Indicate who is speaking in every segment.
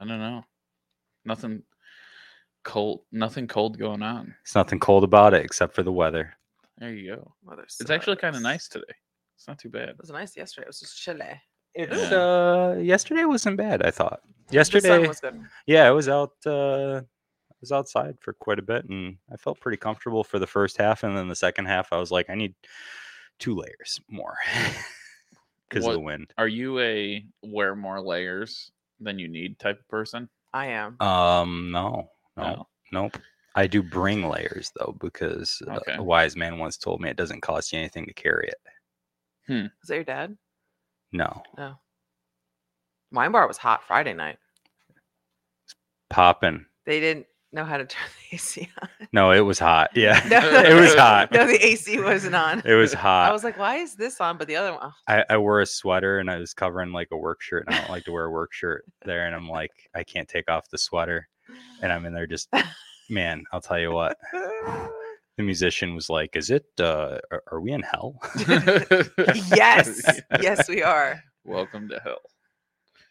Speaker 1: don't know. Nothing cold. Nothing cold going on.
Speaker 2: It's nothing cold about it except for the weather.
Speaker 1: There you go.
Speaker 3: Weather
Speaker 1: It's actually kind of
Speaker 3: sucks.
Speaker 1: nice today. It's not too bad.
Speaker 3: It was nice yesterday. It was just chilly.
Speaker 2: It's
Speaker 1: Yeah.
Speaker 2: uh yesterday wasn't bad, I thought. Yesterday
Speaker 3: The sun was good.
Speaker 2: yeah, I was out uh I was outside for quite a bit and I felt pretty comfortable for the first half and then the second half I was like I need two layers more cuz of the
Speaker 1: What-
Speaker 2: wind.
Speaker 1: Are you a wear more layers than you need type of person?
Speaker 3: I am.
Speaker 2: Um no. No.
Speaker 1: No.
Speaker 2: Nope. I do bring layers though because uh,
Speaker 1: Okay.
Speaker 2: a wise man once told me it doesn't cost you anything to carry it.
Speaker 3: Is that your dad?
Speaker 2: No.
Speaker 3: Wine bar was hot Friday night.
Speaker 2: Poppin'.
Speaker 3: They didn't know how to turn the AC on.
Speaker 2: No, it was hot. Yeah.
Speaker 3: No.
Speaker 2: it was hot.
Speaker 3: No, the AC wasn't on.
Speaker 2: It was hot.
Speaker 3: I was like, why is this on? But the other one, oh,
Speaker 2: I, I wore a sweater and I was covering like a work shirt, and I don't like to wear a work shirt there. And I'm like, I can't take off the sweater, and I'm in there just, man. I'll tell you what. The musician was like, "Is it? Uh, are, are we in hell?"
Speaker 3: yes, yes, we are.
Speaker 1: Welcome to hell.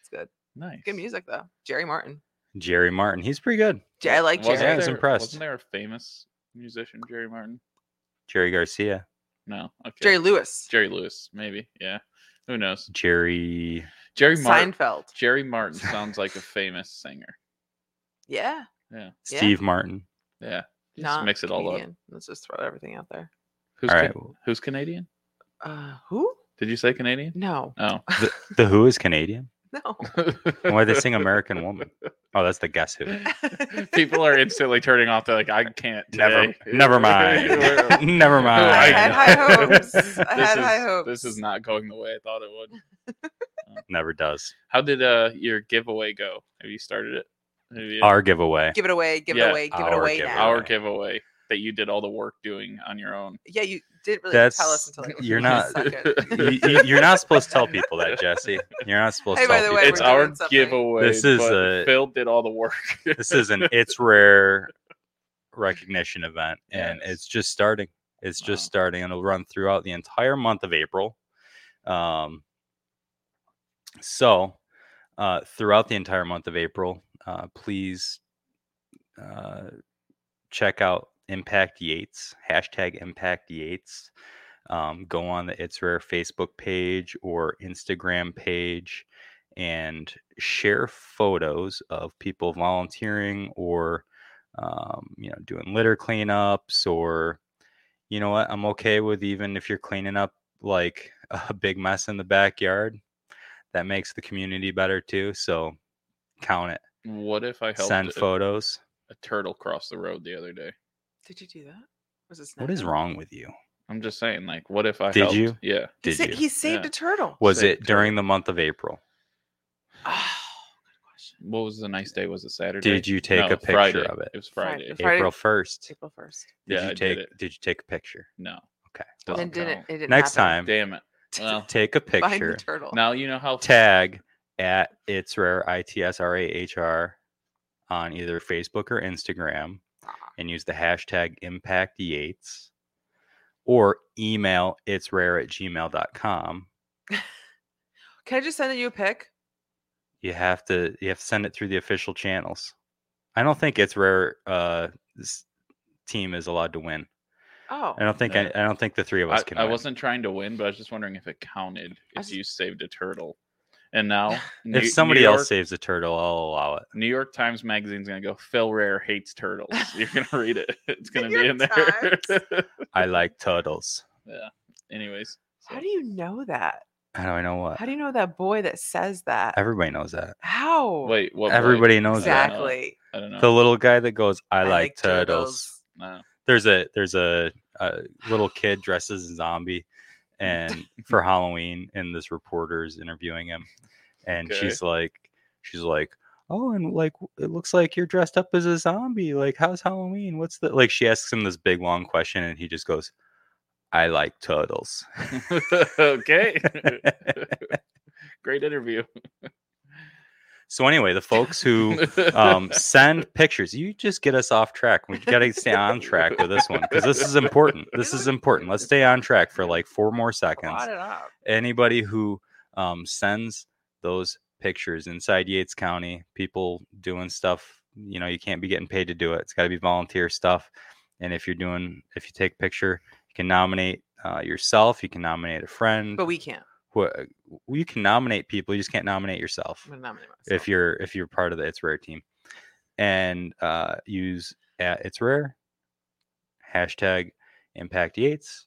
Speaker 3: It's good.
Speaker 1: Nice.
Speaker 3: Good music though. Jerry Martin.
Speaker 2: Jerry Martin, he's pretty good.
Speaker 3: Jer- I like
Speaker 1: Wasn't
Speaker 2: Yeah, I
Speaker 3: Jerry.
Speaker 2: was
Speaker 1: there-
Speaker 2: impressed.
Speaker 1: Wasn't there a famous musician, Jerry Martin?
Speaker 2: Jerry Garcia,
Speaker 1: No. Okay.
Speaker 3: Jerry Lewis.
Speaker 1: Jerry Lewis, maybe. Yeah. Who knows?
Speaker 2: Jerry.
Speaker 1: Jerry Martin.
Speaker 3: Seinfeld.
Speaker 1: Jerry Martin sounds like a famous singer.
Speaker 3: Yeah.
Speaker 1: Yeah.
Speaker 3: Yeah.
Speaker 2: Steve Martin.
Speaker 1: Yeah. Just
Speaker 3: Not
Speaker 1: mix it all up.
Speaker 3: comedian. Let's just throw everything out there.
Speaker 1: Who's
Speaker 2: All
Speaker 1: Ca-
Speaker 2: right, well,
Speaker 1: who's Canadian?
Speaker 3: Uh, who?
Speaker 1: Did you say Canadian?
Speaker 3: No,
Speaker 1: Oh.
Speaker 2: the, the Who is Canadian.
Speaker 3: no.
Speaker 2: And why they sing American Woman? Oh, that's the Guess Who.
Speaker 1: People are instantly turning off. They're like, I can't.
Speaker 2: Never,
Speaker 1: today."
Speaker 2: never mind.
Speaker 1: We're-
Speaker 2: never mind.
Speaker 1: I
Speaker 3: I had
Speaker 1: know.
Speaker 3: high hopes. I
Speaker 1: This
Speaker 3: had high
Speaker 1: is-
Speaker 3: hopes.
Speaker 1: This is not going the way I thought it would.
Speaker 2: Never does.
Speaker 1: How did uh your giveaway go? Have you started it? Have you-
Speaker 2: Our giveaway.
Speaker 3: Give it away. Give
Speaker 1: Yeah,
Speaker 3: it away. Give it
Speaker 2: our
Speaker 3: away
Speaker 2: giveaway.
Speaker 3: now.
Speaker 1: our giveaway that you did all the work doing on your own.
Speaker 3: Yeah, you didn't really tell us
Speaker 2: That's-
Speaker 3: until like,
Speaker 2: you're
Speaker 3: the
Speaker 2: not-
Speaker 3: second.
Speaker 2: you, you- you're not supposed to tell people that, Jesse. You're not supposed
Speaker 3: Hey,
Speaker 2: to
Speaker 3: by
Speaker 2: tell people.
Speaker 3: the way, we're
Speaker 1: it's
Speaker 2: that.
Speaker 1: our
Speaker 3: doing something.
Speaker 1: giveaway.
Speaker 2: This is
Speaker 1: but
Speaker 2: a-
Speaker 1: Phil did all the work.
Speaker 2: this is an it's rare recognition event, and
Speaker 1: Yes.
Speaker 2: it's just starting. It's just
Speaker 1: Wow.
Speaker 2: starting, and it'll run throughout the entire month of April. Um, so, uh, throughout the entire month of April, uh, please uh, check out Impact Yates hashtag Impact Yates. Um, go on the It's Rare Facebook page or Instagram page and share photos of people volunteering or um, you know doing litter cleanups or you know what i'm okay with even if you're cleaning up like a big mess in the backyard that makes the community better too so count it
Speaker 1: What if I helped
Speaker 2: send
Speaker 1: a,
Speaker 2: photos
Speaker 1: a turtle cross the road the other day?
Speaker 3: Did you do that? Was it
Speaker 2: what is
Speaker 3: snapping?
Speaker 2: wrong with you
Speaker 1: I'm just saying, like, what if I
Speaker 2: Did
Speaker 1: helped?
Speaker 2: you?
Speaker 1: Yeah.
Speaker 3: He,
Speaker 2: did
Speaker 3: sa-
Speaker 2: you
Speaker 3: he saved
Speaker 1: Yeah.
Speaker 3: a turtle.
Speaker 2: was
Speaker 1: Say
Speaker 2: it during the month of april
Speaker 3: Oh,
Speaker 1: What was the nice day? Was it Saturday?
Speaker 2: did you take
Speaker 1: No,
Speaker 2: a picture
Speaker 1: Friday.
Speaker 2: of it
Speaker 1: It was
Speaker 3: Friday.
Speaker 1: Friday.
Speaker 3: It Friday-
Speaker 2: april 1st
Speaker 3: April first.
Speaker 2: did
Speaker 1: Yeah,
Speaker 2: you
Speaker 1: I did
Speaker 2: take
Speaker 1: it.
Speaker 2: did you take a picture
Speaker 1: No.
Speaker 2: okay
Speaker 1: Doesn't
Speaker 3: And didn't
Speaker 1: count.
Speaker 3: it didn't
Speaker 2: Oh, next
Speaker 3: happen.
Speaker 2: time
Speaker 1: Damn it. Well,
Speaker 2: take a
Speaker 3: Find the
Speaker 2: picture
Speaker 3: turtle.
Speaker 1: now you know how
Speaker 2: tag at it's rare itsrahr on either Facebook or Instagram
Speaker 1: Ah.
Speaker 2: and use the hashtag impact yates or email it's rare at gmail.com.
Speaker 3: Can I just send you a pic?
Speaker 2: You have to you have to send it through the official channels. I don't think it's rare uh s- team is allowed to win.
Speaker 3: Oh,
Speaker 2: I don't think I,
Speaker 1: No.
Speaker 2: I don't think the three of us
Speaker 1: I,
Speaker 2: can
Speaker 1: I
Speaker 2: win.
Speaker 1: wasn't trying to win, but I was just wondering if it counted
Speaker 3: I
Speaker 1: if
Speaker 3: just-
Speaker 1: you saved a turtle. And now, New-
Speaker 2: if somebody
Speaker 1: New
Speaker 2: else
Speaker 1: York,
Speaker 2: saves a turtle, I'll allow it.
Speaker 1: New York Times Magazine's gonna go. Phil Rare hates turtles. You're gonna read it. It's gonna
Speaker 3: New
Speaker 1: be in
Speaker 3: York
Speaker 1: there.
Speaker 2: I like turtles.
Speaker 1: Anyways,
Speaker 3: how do you know that?
Speaker 2: How do I know what?
Speaker 3: How do you know that boy that says that?
Speaker 2: Everybody knows that.
Speaker 3: How?
Speaker 1: wait? What? boy?
Speaker 2: Everybody knows that.
Speaker 3: exactly.
Speaker 1: I don't know.
Speaker 2: the little guy that goes Uh-huh. i, like, turtles.
Speaker 1: No.
Speaker 2: there's a there's a, a little kid dressed as a zombie and for halloween and this reporter is interviewing him and
Speaker 1: Okay.
Speaker 2: she's like she's like oh and like w- it looks like you're dressed up as a zombie like how's halloween what's the like she asks him this big long question and he just goes i like turtles
Speaker 1: okay. Great interview.
Speaker 2: so anyway the folks who um, send pictures. You just get us off track. We got to stay on track with this one because this is important. This is important. Let's stay on track for like four more seconds.
Speaker 3: Brought it up.
Speaker 2: Anybody who um, sends those pictures inside Yates County, people doing stuff. You know, you can't be getting paid to do it. It's got to be volunteer stuff. And if you're doing, if you take a picture, you can nominate uh, yourself. You can nominate a friend.
Speaker 3: But we can't.
Speaker 2: Wh- you can nominate people. You just can't nominate yourself
Speaker 3: I'm gonna nominate
Speaker 2: if
Speaker 3: myself.
Speaker 2: you're if you're part of the It's Rare team, and uh, use at It's Rare hashtag Impact Yates,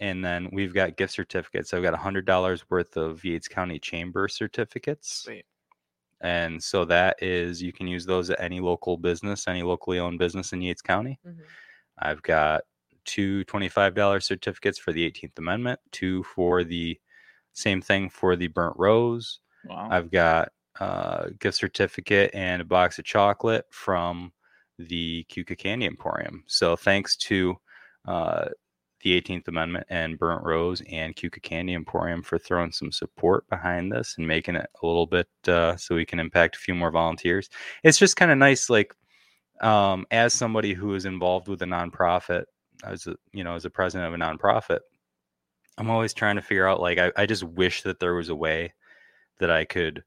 Speaker 2: and then we've got gift certificates. So I've got a hundred dollars worth of Yates County Chamber certificates,
Speaker 3: Sweet.
Speaker 2: and so that is you can use those at any local business, any locally owned business in Yates County.
Speaker 3: Mhm.
Speaker 2: I've got two $25 certificates for the 18th Amendment, two for the same thing for the burnt rose.
Speaker 1: Wow.
Speaker 2: I've got a gift certificate and a box of chocolate from the Cuca Candy Emporium. So thanks to uh, the 18th Amendment and Burnt Rose and Cuca Candy Emporium for throwing some support behind this and making it a little bit uh, so we can impact a few more volunteers. It's just kind of nice, like um, as somebody who is involved with a nonprofit, as a, you know, as a president of a nonprofit, I'm always trying to figure out. Like, I, I just wish that there was a way that I could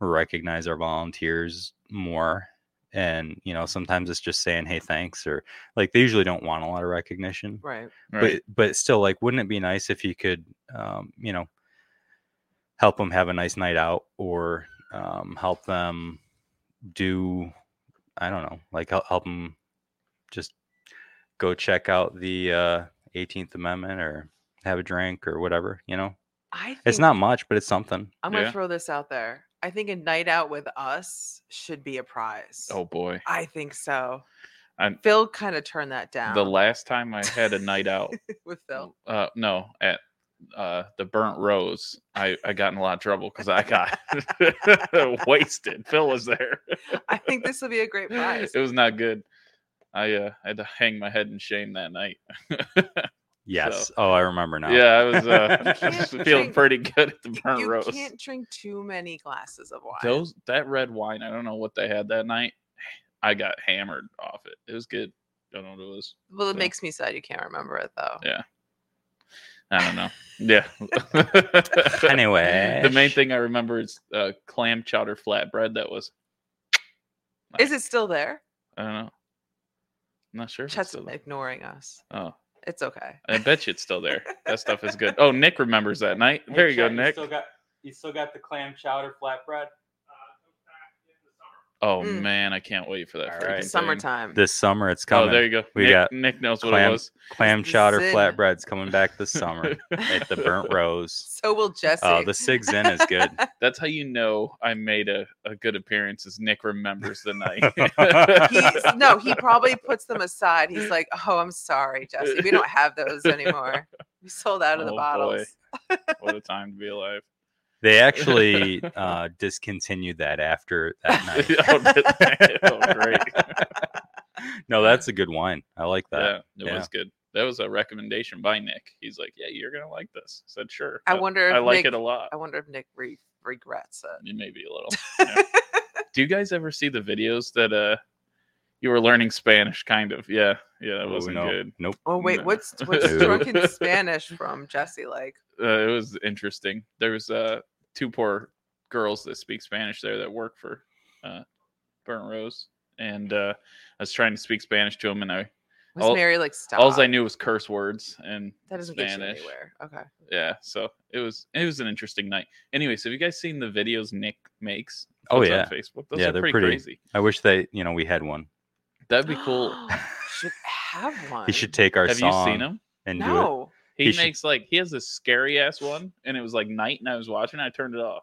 Speaker 2: recognize our volunteers more. And you know, sometimes it's just saying, "Hey, thanks," or like they usually don't want a lot of recognition
Speaker 3: Right.
Speaker 1: right.
Speaker 2: but but still like wouldn't it be nice if you could um you know help them have a nice night out or um help them do i don't know like help, help them just go check out the uh 18th amendment or have a drink or whatever you know
Speaker 3: I think
Speaker 1: Mm.
Speaker 2: it's not much but it's something
Speaker 3: I'm gonna
Speaker 1: Yeah.
Speaker 3: throw this out there. I think a night out with us should be a prize.
Speaker 1: oh boy.
Speaker 3: I think so.
Speaker 1: I'm-
Speaker 3: Phil kind of turned that down.
Speaker 1: The last time I had a night out,
Speaker 3: with Phil.
Speaker 1: uh, no, at uh, the Burnt Rose, I, I got in a lot of trouble because I got wasted. Phil was there.
Speaker 3: I think this will be a great prize.
Speaker 1: It was not good. I uh, had to hang my head in shame that night.
Speaker 2: yes oh i remember now
Speaker 1: Yeah, I was, uh,
Speaker 3: You
Speaker 1: I was
Speaker 3: can't
Speaker 1: feeling
Speaker 3: drink-
Speaker 1: pretty good at the
Speaker 3: Y-
Speaker 1: Burnt
Speaker 3: you
Speaker 1: Rose.
Speaker 3: can't drink too many glasses of wine.
Speaker 1: Those that red wine, I don't know what they had that night. I got hammered off it. It was good. Don't know what it was.
Speaker 3: well, it
Speaker 1: so-
Speaker 3: makes me sad you can't remember it though.
Speaker 1: Yeah. I don't know. Yeah.
Speaker 2: anyway
Speaker 1: the main thing I remember is uh, clam chowder flatbread. That was.
Speaker 3: Is it still there?
Speaker 1: I don't know. I'm not sure. if it's
Speaker 3: Chet's
Speaker 1: still there.
Speaker 3: ignoring us.
Speaker 1: Oh,
Speaker 3: It's okay.
Speaker 1: I bet you it's still there. That stuff is good. Oh, Nick remembers that night. There you go, Nick.
Speaker 2: got you still got the clam chowder flatbread
Speaker 1: Oh
Speaker 3: Mm.
Speaker 1: man, I can't wait for that.
Speaker 2: All
Speaker 1: freaking
Speaker 2: right.
Speaker 1: thing.
Speaker 3: Summertime.
Speaker 2: this summer it's
Speaker 1: Oh,
Speaker 2: coming
Speaker 1: there you go.
Speaker 2: We
Speaker 1: Nick,
Speaker 2: got
Speaker 1: Nick knows what
Speaker 2: clam
Speaker 1: it was.
Speaker 2: clam
Speaker 3: It's the
Speaker 2: chowder
Speaker 3: zin.
Speaker 2: flatbreads coming back this summer at the burnt rose
Speaker 3: so will Jesse.
Speaker 2: oh the sig zen is good
Speaker 1: That's how you know I made a, a good appearance is Nick remembers the night.
Speaker 3: He's, no, he probably puts them aside. He's like, "Oh, I'm sorry, Jesse. We don't have those anymore. We sold out of the
Speaker 1: Oh, boy.
Speaker 3: bottles."
Speaker 1: what a time to be alive.
Speaker 2: they actually uh discontinued that after that
Speaker 1: oh,
Speaker 2: night
Speaker 1: did- oh, great.
Speaker 2: no that's a good wine i like
Speaker 1: Yeah,
Speaker 2: that
Speaker 1: it was good. That was a recommendation by Nick. He's like, Yeah, you're gonna like this. I said sure.
Speaker 3: I
Speaker 1: but
Speaker 3: wonder if
Speaker 1: I like
Speaker 3: Nick,
Speaker 1: it a lot.
Speaker 3: I wonder if Nick re- regrets it.
Speaker 1: Maybe a little. yeah. Do you guys ever see the videos that uh you were learning Spanish kind of? Yeah, yeah, that
Speaker 2: Oh,
Speaker 1: wasn't
Speaker 2: no.
Speaker 1: good.
Speaker 2: nope
Speaker 3: Oh wait,
Speaker 1: No.
Speaker 3: what's what's
Speaker 2: Ew.
Speaker 3: drunken Spanish from Jesse like?
Speaker 1: uh, it was interesting. There was uh, two poor girls that speak Spanish there that work for uh, Burnt Rose, and uh, I was trying to speak Spanish to them, and I
Speaker 3: Was
Speaker 1: All-
Speaker 3: Mary like stop?
Speaker 1: all I knew was curse words, and
Speaker 3: that doesn't get
Speaker 1: Spanish.
Speaker 3: you anywhere. Okay.
Speaker 1: yeah, so it was it was an interesting night. Anyways, have you guys seen the videos Nick makes?
Speaker 2: Oh,
Speaker 1: that's on
Speaker 2: yeah.
Speaker 1: Facebook. Those
Speaker 2: Yeah,
Speaker 1: are
Speaker 2: they're
Speaker 1: pretty,
Speaker 2: pretty-
Speaker 1: crazy.
Speaker 2: i wish that you know we had one
Speaker 1: That'd be cool.
Speaker 3: should have one.
Speaker 2: he should take our
Speaker 1: have you
Speaker 2: song
Speaker 1: seen him?
Speaker 2: and do it
Speaker 3: No.
Speaker 1: He,
Speaker 2: He should-
Speaker 1: makes like he has this scary ass one, and it was like night, and I was watching. I turned it off.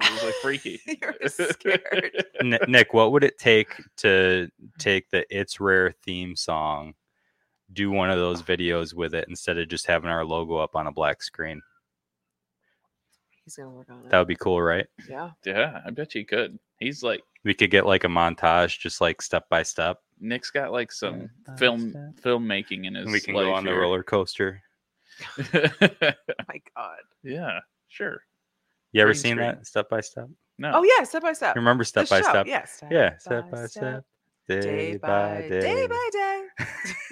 Speaker 1: It was like freaky.
Speaker 3: You're scared.
Speaker 2: N- nick what would it take to take the it's rare theme song do one of those videos with it instead of just having our logo up on a black screen
Speaker 3: He's gonna work on it.
Speaker 2: that would be cool right
Speaker 3: yeah.
Speaker 1: yeah, I bet you could. He's like.
Speaker 2: we could get like a montage just like step by step
Speaker 1: Nick's got like some
Speaker 2: Yeah,
Speaker 1: film
Speaker 2: that's
Speaker 1: filmmaking in his.
Speaker 2: and we can
Speaker 1: life
Speaker 2: go on the
Speaker 1: here.
Speaker 2: roller coaster
Speaker 3: Oh My God.
Speaker 1: yeah, sure.
Speaker 2: you ever
Speaker 1: Green
Speaker 2: seen
Speaker 1: screen.
Speaker 2: that step by step
Speaker 1: No.
Speaker 3: Oh yeah, step by step.
Speaker 2: remember
Speaker 3: The
Speaker 2: step by
Speaker 3: Uh, show,
Speaker 2: step
Speaker 3: Yeah. Step
Speaker 2: yeah step by step Day, by day.
Speaker 3: day by day.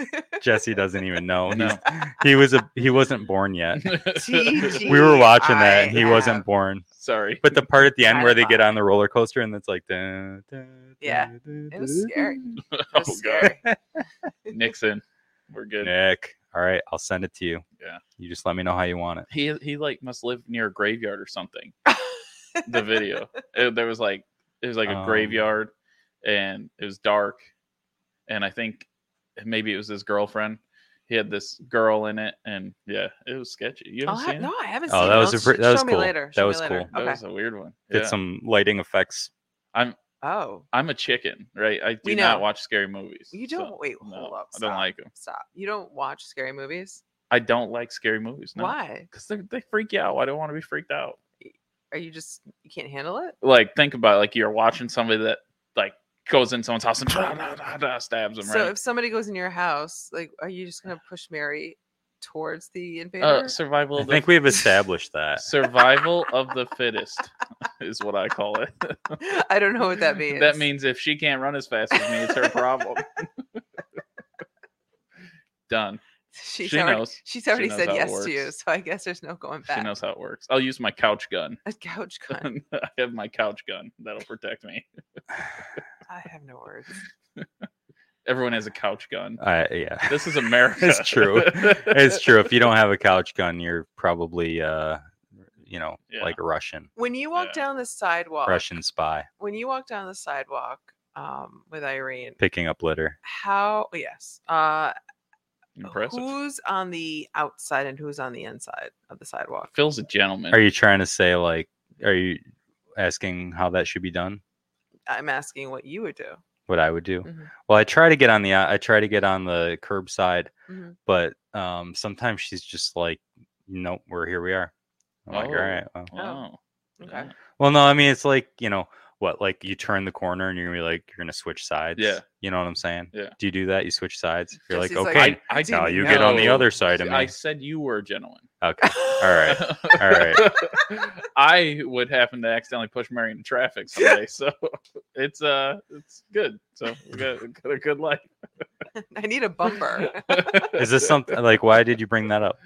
Speaker 2: Jesse doesn't even know.
Speaker 1: No.
Speaker 2: He's- He was a he wasn't born yet.
Speaker 3: TG.
Speaker 2: We were watching that and he
Speaker 3: I
Speaker 2: wasn't
Speaker 3: have-
Speaker 2: born.
Speaker 1: Sorry.
Speaker 2: But the part at the end
Speaker 3: Kinda
Speaker 2: where they get
Speaker 3: fun.
Speaker 2: on the roller coaster and it's like dun, dun,
Speaker 3: Yeah.
Speaker 2: dun,
Speaker 3: It was scary.
Speaker 2: dun.
Speaker 1: Oh,
Speaker 3: It was
Speaker 1: God.
Speaker 3: scary.
Speaker 1: Nixon. We're good.
Speaker 2: Nick. All right, I'll send it to you.
Speaker 1: Yeah.
Speaker 2: You just let me know how you want it.
Speaker 1: He he like must live near a graveyard or something. the video. It, there was like it was like a
Speaker 2: Um.
Speaker 1: graveyard, and it was dark, and I think maybe it was his girlfriend. He had this girl in it, and yeah, it was sketchy. You
Speaker 3: I'll
Speaker 1: haven't seen
Speaker 3: have,
Speaker 1: it?
Speaker 3: no, I haven't
Speaker 2: Oh,
Speaker 3: seen
Speaker 2: that
Speaker 3: it.
Speaker 2: was
Speaker 3: I'll
Speaker 2: a pre-
Speaker 3: sh-
Speaker 2: that was
Speaker 3: show me
Speaker 2: cool.
Speaker 3: later.
Speaker 2: That
Speaker 3: Show me
Speaker 2: was
Speaker 3: later.
Speaker 1: That
Speaker 3: Okay.
Speaker 1: was a weird one.
Speaker 2: Did
Speaker 1: Yeah.
Speaker 2: some lighting effects.
Speaker 1: I'm
Speaker 3: oh,
Speaker 1: I'm a chicken, right? I do
Speaker 3: We
Speaker 1: not
Speaker 3: know.
Speaker 1: watch scary movies.
Speaker 3: you
Speaker 1: so
Speaker 3: don't. wait,
Speaker 1: no,
Speaker 3: hold up.
Speaker 1: I
Speaker 3: Stop.
Speaker 1: don't like them.
Speaker 3: Stop. You don't watch scary movies?
Speaker 1: I don't like scary movies. No.
Speaker 3: Why?
Speaker 1: Because they they freak you out. I don't want to be freaked out.
Speaker 3: Are you just you can't handle it?
Speaker 1: like think about it, like you're watching somebody that like goes in someone's house and da, da, da, da, stabs them
Speaker 3: So
Speaker 1: right
Speaker 3: if somebody goes in your house, like, are you just gonna push Mary towards the invader?
Speaker 1: uh, survival
Speaker 2: I
Speaker 1: of
Speaker 2: think
Speaker 1: the
Speaker 2: we've established that.
Speaker 1: survival of the fittest is what i call it
Speaker 3: I don't know what that means.
Speaker 1: Uh, that means if she can't run as fast as me it's her problem done
Speaker 3: she's
Speaker 1: she
Speaker 3: already,
Speaker 1: knows.
Speaker 3: She's already
Speaker 1: knows
Speaker 3: said
Speaker 1: how it
Speaker 3: yes to you,
Speaker 1: works.
Speaker 3: so I guess there's no going back.
Speaker 1: she knows how it works i'll use my couch gun
Speaker 3: A couch gun.
Speaker 1: i have my couch gun that'll protect me
Speaker 3: I have no words.
Speaker 1: everyone has a couch gun
Speaker 2: Uh, yeah.
Speaker 1: this is america
Speaker 2: It's true. it's true. If you don't have a couch gun, you're probably uh you know,
Speaker 1: Yeah.
Speaker 2: like a Russian.
Speaker 3: When you walk
Speaker 1: Yeah.
Speaker 3: down the sidewalk,
Speaker 2: Russian spy
Speaker 3: when you walk down the sidewalk um, with Irene,
Speaker 2: picking up litter.
Speaker 3: how? oh, Yes. Uh,
Speaker 1: impressive
Speaker 3: Who's on the outside and who's on the inside of the sidewalk?
Speaker 1: phil's a gentleman
Speaker 2: Are you trying to say like are you asking how that should be done?
Speaker 3: I'm asking what you would do.
Speaker 2: What I would do?
Speaker 1: Mm-hmm.
Speaker 3: Mhm.
Speaker 2: Well, I try to get on the uh, I try to get on the curbside,
Speaker 1: Mm-hmm.
Speaker 3: Mhm.
Speaker 2: but um sometimes she's just like, nope, we're here we are. I'm like, all
Speaker 1: Oh.
Speaker 2: right. Well.
Speaker 1: wow
Speaker 3: Okay.
Speaker 2: Well, no, I mean it's like you know what, like you turn the corner and you're gonna be like you're gonna switch sides.
Speaker 1: Yeah.
Speaker 2: you know what I'm saying.
Speaker 1: Yeah.
Speaker 2: Do you do that? You switch sides. You're like,
Speaker 3: Jesse's like,
Speaker 2: okay,
Speaker 1: I, I
Speaker 3: didn't
Speaker 2: now you get on the
Speaker 1: know.
Speaker 2: other side of
Speaker 1: I
Speaker 2: me.
Speaker 1: said you were a gentleman.
Speaker 2: Okay, all right, all right.
Speaker 1: I would happen to accidentally push Mary into traffic someday, so it's uh, it's good. So we got, we got a good life.
Speaker 3: I need a bumper.
Speaker 2: Is this something like why did you bring that up,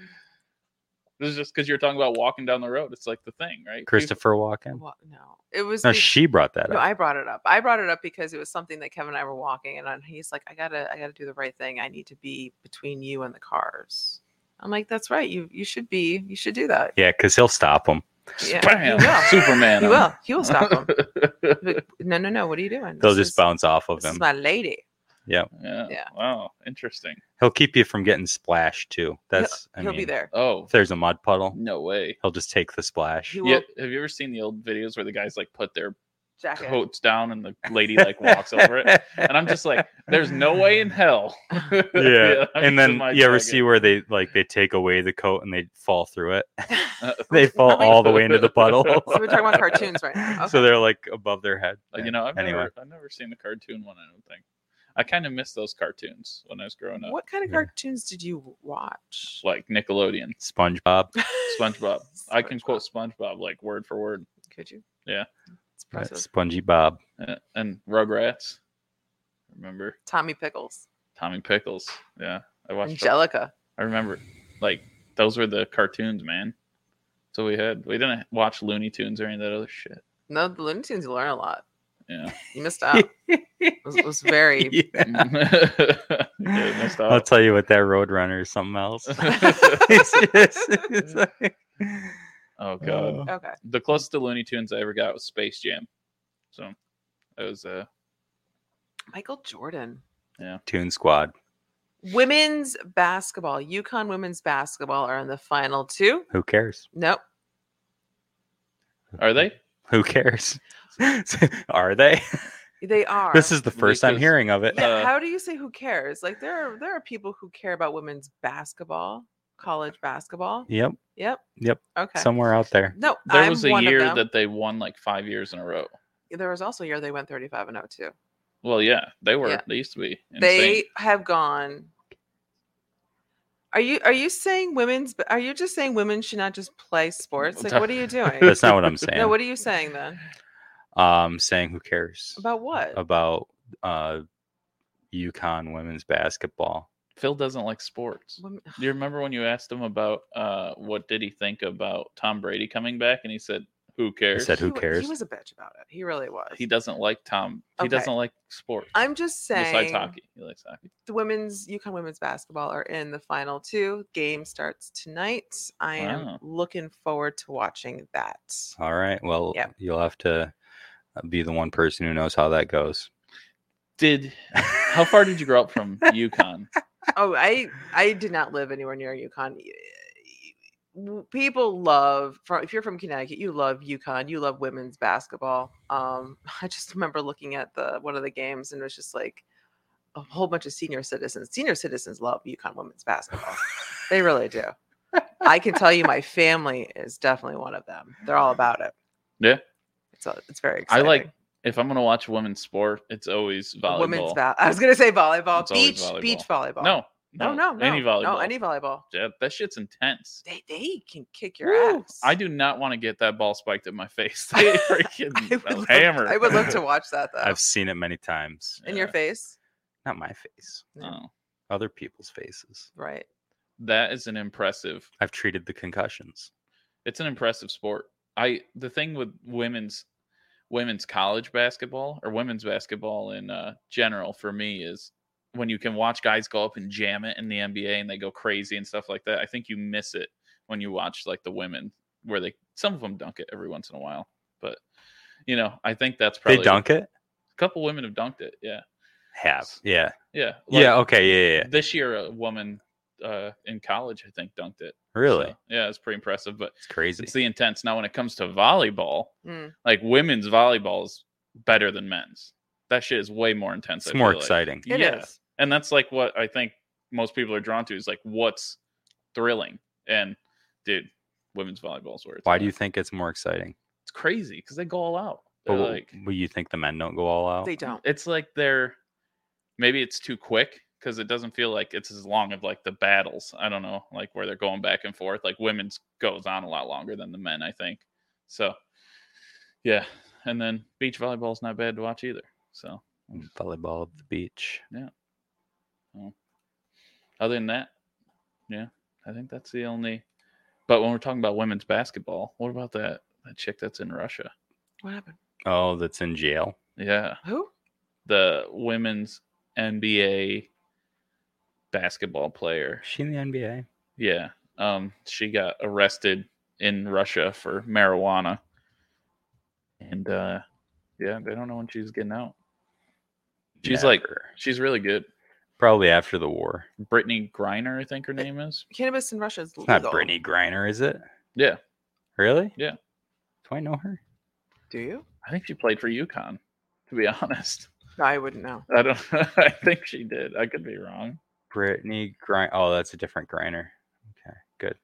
Speaker 1: This is just because you're talking about walking down the road. It's like the thing, right? People-
Speaker 2: Christopher Walken?
Speaker 3: What? No, it was.
Speaker 2: No,
Speaker 3: be-
Speaker 2: she brought that
Speaker 3: no,
Speaker 2: up.
Speaker 3: I brought it up. I brought it up because it was something that Kevin and I were walking, and on- he's like, "I gotta, I gotta do the right thing. I need to be between you and the cars." I'm like, "That's right. You, you should be. You should do that.
Speaker 2: Yeah, because he'll stop him.
Speaker 3: Yeah,
Speaker 1: Bam!
Speaker 3: you will.
Speaker 1: Superman.
Speaker 3: He
Speaker 2: um,
Speaker 1: on
Speaker 3: will. He will stop them. But, no, no, no. What are you doing?
Speaker 2: They'll
Speaker 3: This
Speaker 2: just
Speaker 3: is-
Speaker 2: bounce off of
Speaker 3: This is
Speaker 2: him.
Speaker 3: my lady.
Speaker 1: it. Yeah.
Speaker 3: Yeah.
Speaker 1: Wow. Interesting.
Speaker 2: He'll keep you from getting splashed too. That's I
Speaker 3: He'll
Speaker 2: mean,
Speaker 3: be there.
Speaker 1: Oh
Speaker 2: If there's a mud puddle,
Speaker 1: no way.
Speaker 2: he'll just take the splash.
Speaker 3: He will
Speaker 1: Yeah, have you ever seen the old videos where the guys like put their
Speaker 3: jacket.
Speaker 1: coats down and the lady like walks over it? and I'm just like, there's no way in hell. yeah,
Speaker 2: yeah,
Speaker 1: I'm
Speaker 2: and then
Speaker 1: in my
Speaker 2: you ever
Speaker 1: jacket.
Speaker 2: see where they like they take away the coat and they fall through it.
Speaker 1: Uh,
Speaker 2: they fall
Speaker 3: we-
Speaker 2: all the way into the puddle.
Speaker 3: So we're talking about cartoons right now.
Speaker 2: So
Speaker 3: Okay.
Speaker 2: they're like above their head.
Speaker 1: you know, I've
Speaker 2: Anyway.
Speaker 1: never, I've never seen the cartoon one. I don't think. I kind of miss those cartoons when I was growing up,
Speaker 3: What kind of
Speaker 2: Yeah.
Speaker 3: cartoons did you watch?
Speaker 1: like Nickelodeon,
Speaker 2: SpongeBob.
Speaker 1: SpongeBob. I can
Speaker 3: SpongeBob.
Speaker 1: quote SpongeBob like word for word,
Speaker 3: Could you?
Speaker 1: Yeah.
Speaker 3: It's
Speaker 2: uh,
Speaker 3: impressive.
Speaker 2: Spongy Bob.
Speaker 1: Uh, and Rugrats. Remember
Speaker 3: Tommy Pickles,
Speaker 1: Tommy Pickles? Yeah, I watched. those.
Speaker 3: Angelica.
Speaker 1: I remember, like those were the cartoons, man. So we had we didn't watch Looney Tunes or any of that other shit.
Speaker 3: No, the Looney Tunes. You learn a lot.
Speaker 1: Yeah.
Speaker 3: You missed out. it, was, it was very.
Speaker 1: Yeah, you missed
Speaker 2: I'll
Speaker 1: out.
Speaker 2: tell you what that Roadrunner is something else. It's just- it's like-
Speaker 1: oh god.
Speaker 2: Uh,
Speaker 3: Okay.
Speaker 1: the closest to Looney Tunes I ever got was Space Jam. So that was uh
Speaker 3: Michael Jordan.
Speaker 2: Toon Squad.
Speaker 3: Women's basketball. Yukon women's basketball are in the final two.
Speaker 2: Who cares?
Speaker 3: Nope.
Speaker 1: are they?
Speaker 2: Who cares? Are they?
Speaker 3: They are.
Speaker 2: This is the first time
Speaker 1: Because-
Speaker 2: hearing of it.
Speaker 3: Yeah,
Speaker 1: Uh,
Speaker 3: how do you say who cares? Like there are there are people who care about women's basketball, college basketball.
Speaker 2: Yep.
Speaker 3: Yep.
Speaker 2: Yep.
Speaker 3: Okay.
Speaker 2: Somewhere out there.
Speaker 3: no,
Speaker 1: There
Speaker 3: I'm
Speaker 1: was a
Speaker 3: one of
Speaker 1: year
Speaker 3: them.
Speaker 1: that they won like five years in a row.
Speaker 3: there was also a year they went 35 and 02.
Speaker 1: Well, yeah, they were.
Speaker 3: Yeah.
Speaker 1: They used to be.
Speaker 3: They
Speaker 1: Insane.
Speaker 3: have gone. Are you are you saying women's? Are you just saying women should not just play sports? Like what are you doing?
Speaker 2: That's not what I'm saying.
Speaker 3: no, what are you saying then?
Speaker 2: um saying who cares
Speaker 3: About what?
Speaker 2: about uh UConn women's basketball.
Speaker 1: Phil doesn't like sports.
Speaker 3: Women-
Speaker 1: Do you remember when you asked him about uh, what did he think about Tom Brady coming back, and he said, "Who
Speaker 2: I
Speaker 1: cares?"
Speaker 2: said,
Speaker 3: He
Speaker 2: "Who
Speaker 3: wa-
Speaker 2: cares?"
Speaker 3: He was a bitch about it. He really was.
Speaker 1: he doesn't like Tom. He
Speaker 3: Okay.
Speaker 1: doesn't like sports.
Speaker 3: I'm just
Speaker 1: besides
Speaker 3: saying.
Speaker 1: hockey. He likes hockey.
Speaker 3: the women's UConn women's basketball are in the final two. Game starts tonight. I
Speaker 1: Wow.
Speaker 3: am looking forward to watching that.
Speaker 2: All right. Well,
Speaker 3: Yep.
Speaker 2: you'll have to uh, be the one person who knows how that goes.
Speaker 1: Did how far did you grow up from UConn?
Speaker 3: Oh, I I did not live anywhere near UConn. W- People love from if you're from Connecticut, you love UConn, you love women's basketball. Um, I just remember looking at the one of the games and it was just like a whole bunch of senior citizens. Senior citizens love UConn women's basketball. they really do. I can tell you, my family is definitely one of them. They're all about it.
Speaker 1: Yeah.
Speaker 3: It's a, it's very
Speaker 1: I
Speaker 3: exciting.
Speaker 1: like if I'm gonna watch women's sport, it's always volleyball.
Speaker 3: women's ba- I was gonna say volleyball,
Speaker 1: It's always
Speaker 3: beach, beach volleyball.
Speaker 1: No,
Speaker 3: no, no, no,
Speaker 1: any volleyball.
Speaker 3: no, any volleyball.
Speaker 1: Yeah, that shit's intense.
Speaker 3: They they can kick your
Speaker 1: Woo!
Speaker 3: ass.
Speaker 1: I do not want to get that ball spiked in my face. They freaking
Speaker 3: I would, love,
Speaker 1: hammer.
Speaker 3: I would love to watch that though.
Speaker 2: I've seen it many times.
Speaker 3: In your
Speaker 1: Yeah.
Speaker 3: face,
Speaker 2: Not my face,
Speaker 1: Oh,
Speaker 2: other people's faces.
Speaker 3: right?
Speaker 1: that is an impressive.
Speaker 2: I've treated the concussions.
Speaker 1: It's an impressive sport. I the thing with women's women's college basketball or women's basketball in uh, general for me is when you can watch guys go up and jam it in the NBA and they go crazy and stuff like that. I think you miss it when you watch like the women where they some of them dunk it every once in a while, but you know I think that's probably
Speaker 2: they dunk it?
Speaker 1: A couple women have dunked it. Yeah.
Speaker 2: Have. Yeah.
Speaker 1: Yeah.
Speaker 2: yeah.
Speaker 1: like,
Speaker 2: Okay. Yeah. Yeah. yeah.
Speaker 1: This year, a woman uh, in college, I think, dunked it.
Speaker 2: Really?
Speaker 1: So, yeah, it's pretty impressive. But
Speaker 2: It's crazy.
Speaker 1: it's the intense. Now, when it comes to volleyball,
Speaker 3: Mm.
Speaker 1: like women's volleyball is better than men's. That shit is way more intense.
Speaker 2: It's
Speaker 1: I
Speaker 2: more
Speaker 1: feel like.
Speaker 2: exciting.
Speaker 3: It is.
Speaker 1: Yeah. And that's like what I think most people are drawn to is like what's thrilling. And dude, women's volleyball is where it's
Speaker 2: Why
Speaker 1: at.
Speaker 2: do you think it's more exciting?
Speaker 1: it's crazy? Because they go all out. They're
Speaker 2: But what-
Speaker 1: like
Speaker 2: what, you think the men don't go all out?
Speaker 3: They don't.
Speaker 1: it's like they're maybe it's too quick because it doesn't feel like it's as long of like the battles. I don't know, like where they're going back and forth. Like women's goes on a lot longer than the men, I think. So, yeah. And then beach volleyball's not bad to watch either. So,
Speaker 2: Volleyball at the beach.
Speaker 1: other than that, yeah, I think that's the only. But when we're talking about women's basketball, what about that that chick that's in Russia?
Speaker 3: What happened?
Speaker 2: Oh, that's in jail.
Speaker 1: Yeah,
Speaker 3: Who?
Speaker 1: the women's NBA basketball player.
Speaker 2: Is she in the NBA?
Speaker 1: Yeah. Um, she got arrested in Russia for marijuana. And uh yeah, they don't know when she's getting out. She's like-
Speaker 2: Never.
Speaker 1: She's really good.
Speaker 2: probably after the war.
Speaker 1: Brittany Griner, I think her name is.
Speaker 3: Cannabis in Russia is
Speaker 2: It's
Speaker 3: legal.
Speaker 2: not Brittany Griner, is it?
Speaker 1: Yeah.
Speaker 2: Really?
Speaker 1: Yeah.
Speaker 2: Do I know her?
Speaker 3: Do you?
Speaker 1: I think she played for UConn, to be honest.
Speaker 3: No, I wouldn't know.
Speaker 1: I don't I think she did. I could be wrong.
Speaker 2: Brittany Griner. Oh, that's a different Griner. Okay, good.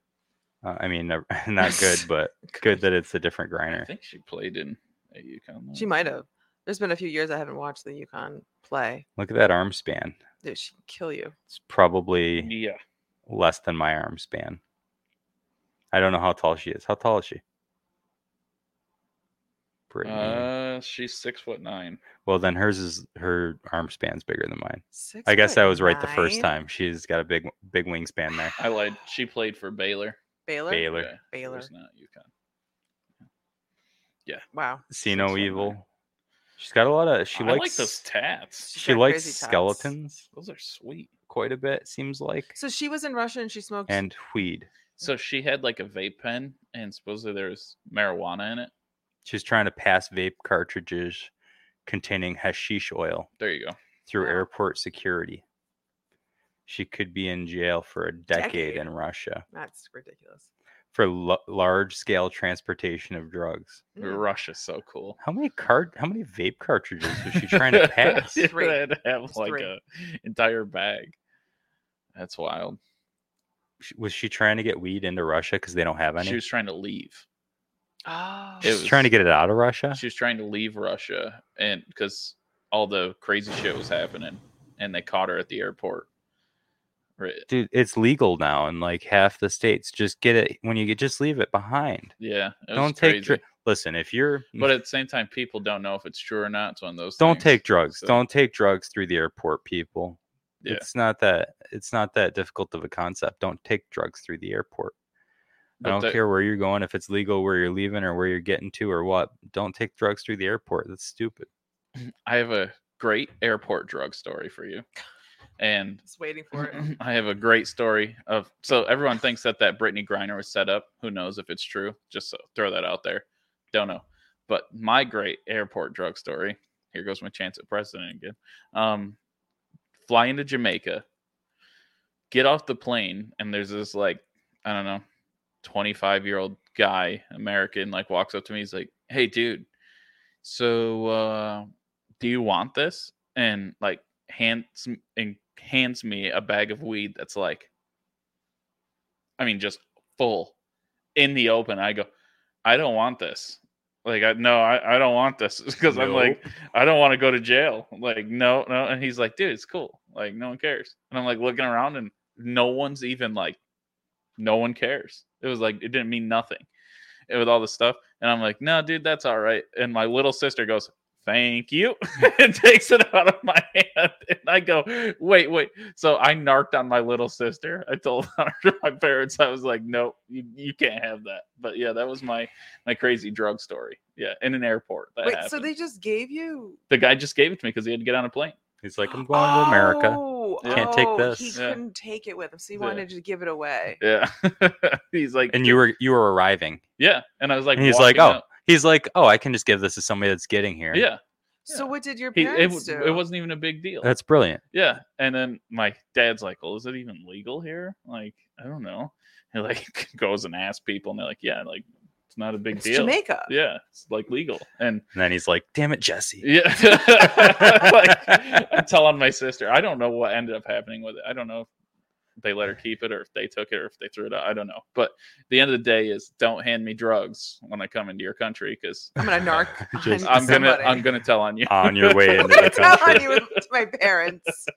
Speaker 2: Uh, I mean, never- not good, but good that it's a different
Speaker 1: I
Speaker 2: Griner.
Speaker 1: think she played in at UConn. though.
Speaker 3: She might have. There's been a few years I haven't watched the Yukon play.
Speaker 2: Look at that arm span.
Speaker 3: Dude, she'd kill you.
Speaker 2: It's probably
Speaker 1: Yeah.
Speaker 2: less than my arm span. I don't know how tall she is. How tall is she? Brittany.
Speaker 1: Uh she's six foot nine.
Speaker 2: well, then hers is her arm span's bigger than mine.
Speaker 3: Six
Speaker 2: I guess
Speaker 3: foot
Speaker 2: I was right the first
Speaker 3: nine?
Speaker 2: time. She's got a big, big wingspan there.
Speaker 1: I lied. She played for Baylor.
Speaker 3: Baylor.
Speaker 2: Baylor.
Speaker 1: Yeah, it
Speaker 3: Baylor.
Speaker 1: was not UConn.
Speaker 3: Wow.
Speaker 2: See
Speaker 1: Six
Speaker 2: no
Speaker 1: foot nine.
Speaker 2: evil. She's got a lot of. She
Speaker 1: I
Speaker 2: likes
Speaker 1: like those tats.
Speaker 3: She's
Speaker 2: she
Speaker 3: got
Speaker 2: likes
Speaker 3: crazy tats.
Speaker 2: skeletons
Speaker 1: Those are sweet.
Speaker 2: quite a bit. Seems like
Speaker 3: So she was in Russia and she smoked.
Speaker 2: and weed.
Speaker 1: So she had like a vape pen, and supposedly there was marijuana in it.
Speaker 2: She's trying to pass vape cartridges containing hashish oil
Speaker 1: There you go.
Speaker 2: through
Speaker 3: Wow.
Speaker 2: airport security. She could be in jail for a decade,
Speaker 3: Decade.
Speaker 2: in Russia
Speaker 3: that's ridiculous.
Speaker 2: for l- large scale transportation of drugs.
Speaker 3: Mm.
Speaker 1: Russia's so cool.
Speaker 2: How many card? How many vape cartridges was she trying to pass?
Speaker 1: Yeah,
Speaker 3: Three.
Speaker 1: They'd have
Speaker 3: It's
Speaker 1: like
Speaker 3: three.
Speaker 1: a entire bag. That's wild.
Speaker 2: Sh- Was she trying to get weed into Russia because they don't have any?
Speaker 1: She was trying to leave.
Speaker 3: Oh.
Speaker 1: It
Speaker 2: She's trying to
Speaker 1: was-
Speaker 2: get it out of Russia.
Speaker 1: She was trying to leave Russia, and because all the crazy shit was happening, and they caught her at the airport. Right.
Speaker 2: dude it's legal now in like half the states just get it when you get just leave it behind
Speaker 1: Yeah. it was
Speaker 2: don't take
Speaker 1: crazy.
Speaker 2: dri- listen, if you're
Speaker 1: But at the same time, people don't know if it's true or not. It's one of those.
Speaker 2: don't
Speaker 1: things.
Speaker 2: take drugs.
Speaker 1: so-
Speaker 2: Don't take drugs through the airport, people.
Speaker 1: Yeah.
Speaker 2: It's not that it's not that difficult of a concept. Don't take drugs through the airport.
Speaker 1: But
Speaker 2: I don't
Speaker 1: the-
Speaker 2: care where you're going, if it's legal where you're leaving or where you're getting to or what. Don't take drugs through the airport. That's stupid.
Speaker 1: I have a great airport drug story for you, and
Speaker 3: Just waiting for it.
Speaker 1: I have a great story of so everyone thinks that that Brittany Griner was set up. Who knows if it's true? Just so, throw that out there. Don't know. But my great airport drug story. Here goes my chance at president again. Um, fly into Jamaica, get off the plane, and there's this like I don't know, 25 year old guy, American, like walks up to me. He's like, "Hey, dude, so uh, do you want this?" And like hands m- and hands me a bag of weed that's like, I mean, just full in the open. I go, "I don't want this." Like, I, no, I, I don't want this because I'm like, I don't want to go to jail. Like, no, no. And he's like, dude, it's cool. Like, no one cares. And I'm like looking around and no one's even like, no one cares. It was like, it didn't mean nothing eh, with all the stuff. And I'm like, no, dude, that's all right. And my little sister goes, thank you. and takes it out of my hand. And I go, wait, wait. So I narked on my little sister. I told my parents, I was like, no, you, you can't have that. But yeah, that was my, my crazy drug story. Yeah. In an airport. That
Speaker 3: Wait,
Speaker 1: happened
Speaker 3: so they just gave you
Speaker 1: the guy just gave it to me because he had to get on a plane.
Speaker 2: He's like, I'm going to America.
Speaker 3: Oh,
Speaker 1: Yeah.
Speaker 2: Can't take
Speaker 3: oh,
Speaker 2: this.
Speaker 3: He
Speaker 1: Yeah.
Speaker 3: couldn't take it with him, so he
Speaker 1: Yeah.
Speaker 3: wanted to give it away.
Speaker 1: Yeah. he's like,
Speaker 2: And you were you were arriving.
Speaker 1: yeah. And I was like,
Speaker 2: and he's like,
Speaker 1: walking
Speaker 2: Oh,
Speaker 1: up.
Speaker 2: he's like, Oh, I can just give this to somebody that's getting here.
Speaker 1: yeah.
Speaker 3: So what did your
Speaker 1: He, it,
Speaker 3: parents
Speaker 1: w-
Speaker 3: do?
Speaker 1: it wasn't even a big deal.
Speaker 2: That's brilliant.
Speaker 1: yeah. And then my dad's like, well, is it even legal here? Like, I don't know. He like goes and asks people, and they're like, yeah, like it's not a big
Speaker 3: It's
Speaker 1: deal.
Speaker 3: Jamaica.
Speaker 1: Yeah, it's like legal. And
Speaker 2: And then he's like, Damn it, Jesse.
Speaker 1: yeah, like, I'm telling my sister, I don't know what ended up happening with it. I don't know if they let her keep it or if they took it or if they threw it out. I don't know. But the end of the day is don't hand me drugs when I come into your country because
Speaker 3: I'm gonna narc. on
Speaker 2: Just-
Speaker 1: I'm gonna
Speaker 3: somebody.
Speaker 1: I'm gonna tell on you
Speaker 2: On your way into the
Speaker 3: Tell on
Speaker 2: country.
Speaker 3: you with my parents.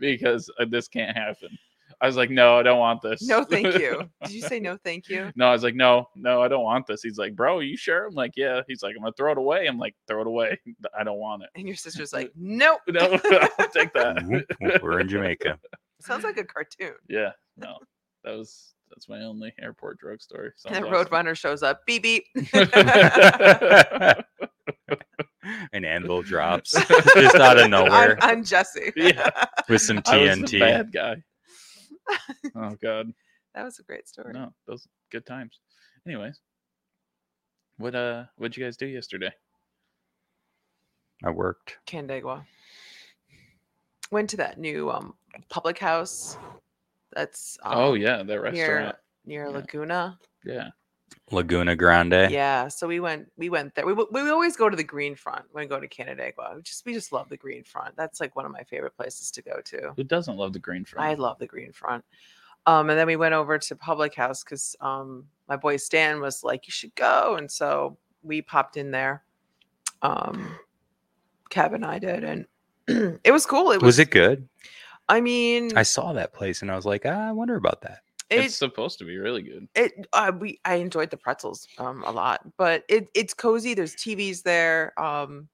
Speaker 1: because uh, this can't happen. I was like, no, I don't want this.
Speaker 3: No, thank you. Did you say no, thank you?
Speaker 1: no, I was like, no, no, I don't want this. He's like, bro, you sure? I'm like, yeah. He's like, I'm gonna throw it away. I'm like, throw it away. I don't want it.
Speaker 3: And your sister's like, nope.
Speaker 1: No, I'll take that.
Speaker 2: Whoop, whoop, We're in Jamaica.
Speaker 3: Sounds like a cartoon.
Speaker 1: Yeah, no, that was that's my only airport drug story.
Speaker 3: And
Speaker 1: Sounds
Speaker 3: the road
Speaker 1: awesome.
Speaker 3: runner shows up. Beep beep.
Speaker 2: An anvil drops just out of
Speaker 3: I'm,
Speaker 2: nowhere
Speaker 3: I'm Jesse.
Speaker 1: Yeah.
Speaker 2: with some
Speaker 1: I was the
Speaker 2: TNT.
Speaker 1: bad guy. Oh god,
Speaker 3: That was a great story.
Speaker 1: no, those good times. Anyways, what uh, what'd you guys do yesterday?
Speaker 2: I worked.
Speaker 3: Canandaigua. Went to that new um public house. That's um,
Speaker 1: Oh yeah, that
Speaker 3: near
Speaker 1: restaurant.
Speaker 3: near
Speaker 1: Yeah.
Speaker 3: Laguna.
Speaker 1: Yeah.
Speaker 2: Laguna Grande.
Speaker 3: Yeah, so we went we went there. We, w- we always go to the Green Front when we go to Canandaigua. We just we just love the Green Front. That's like one of my favorite places to go to.
Speaker 1: Who doesn't love the green
Speaker 3: I
Speaker 1: frog?
Speaker 3: love the Green Front. Um, and then we went over to Public House because um, my boy Stan was like, "You should go," and so we popped in there. Um, Cab and I did, and it was cool. It was, Mm.
Speaker 2: Was it good?
Speaker 3: I mean,
Speaker 2: I saw that place and I was like, ah, I wonder about that.
Speaker 1: it's
Speaker 3: it
Speaker 1: supposed to be really good.
Speaker 3: it uh, we I enjoyed the pretzels um a lot, but it it's cozy. There's TVs there. Um,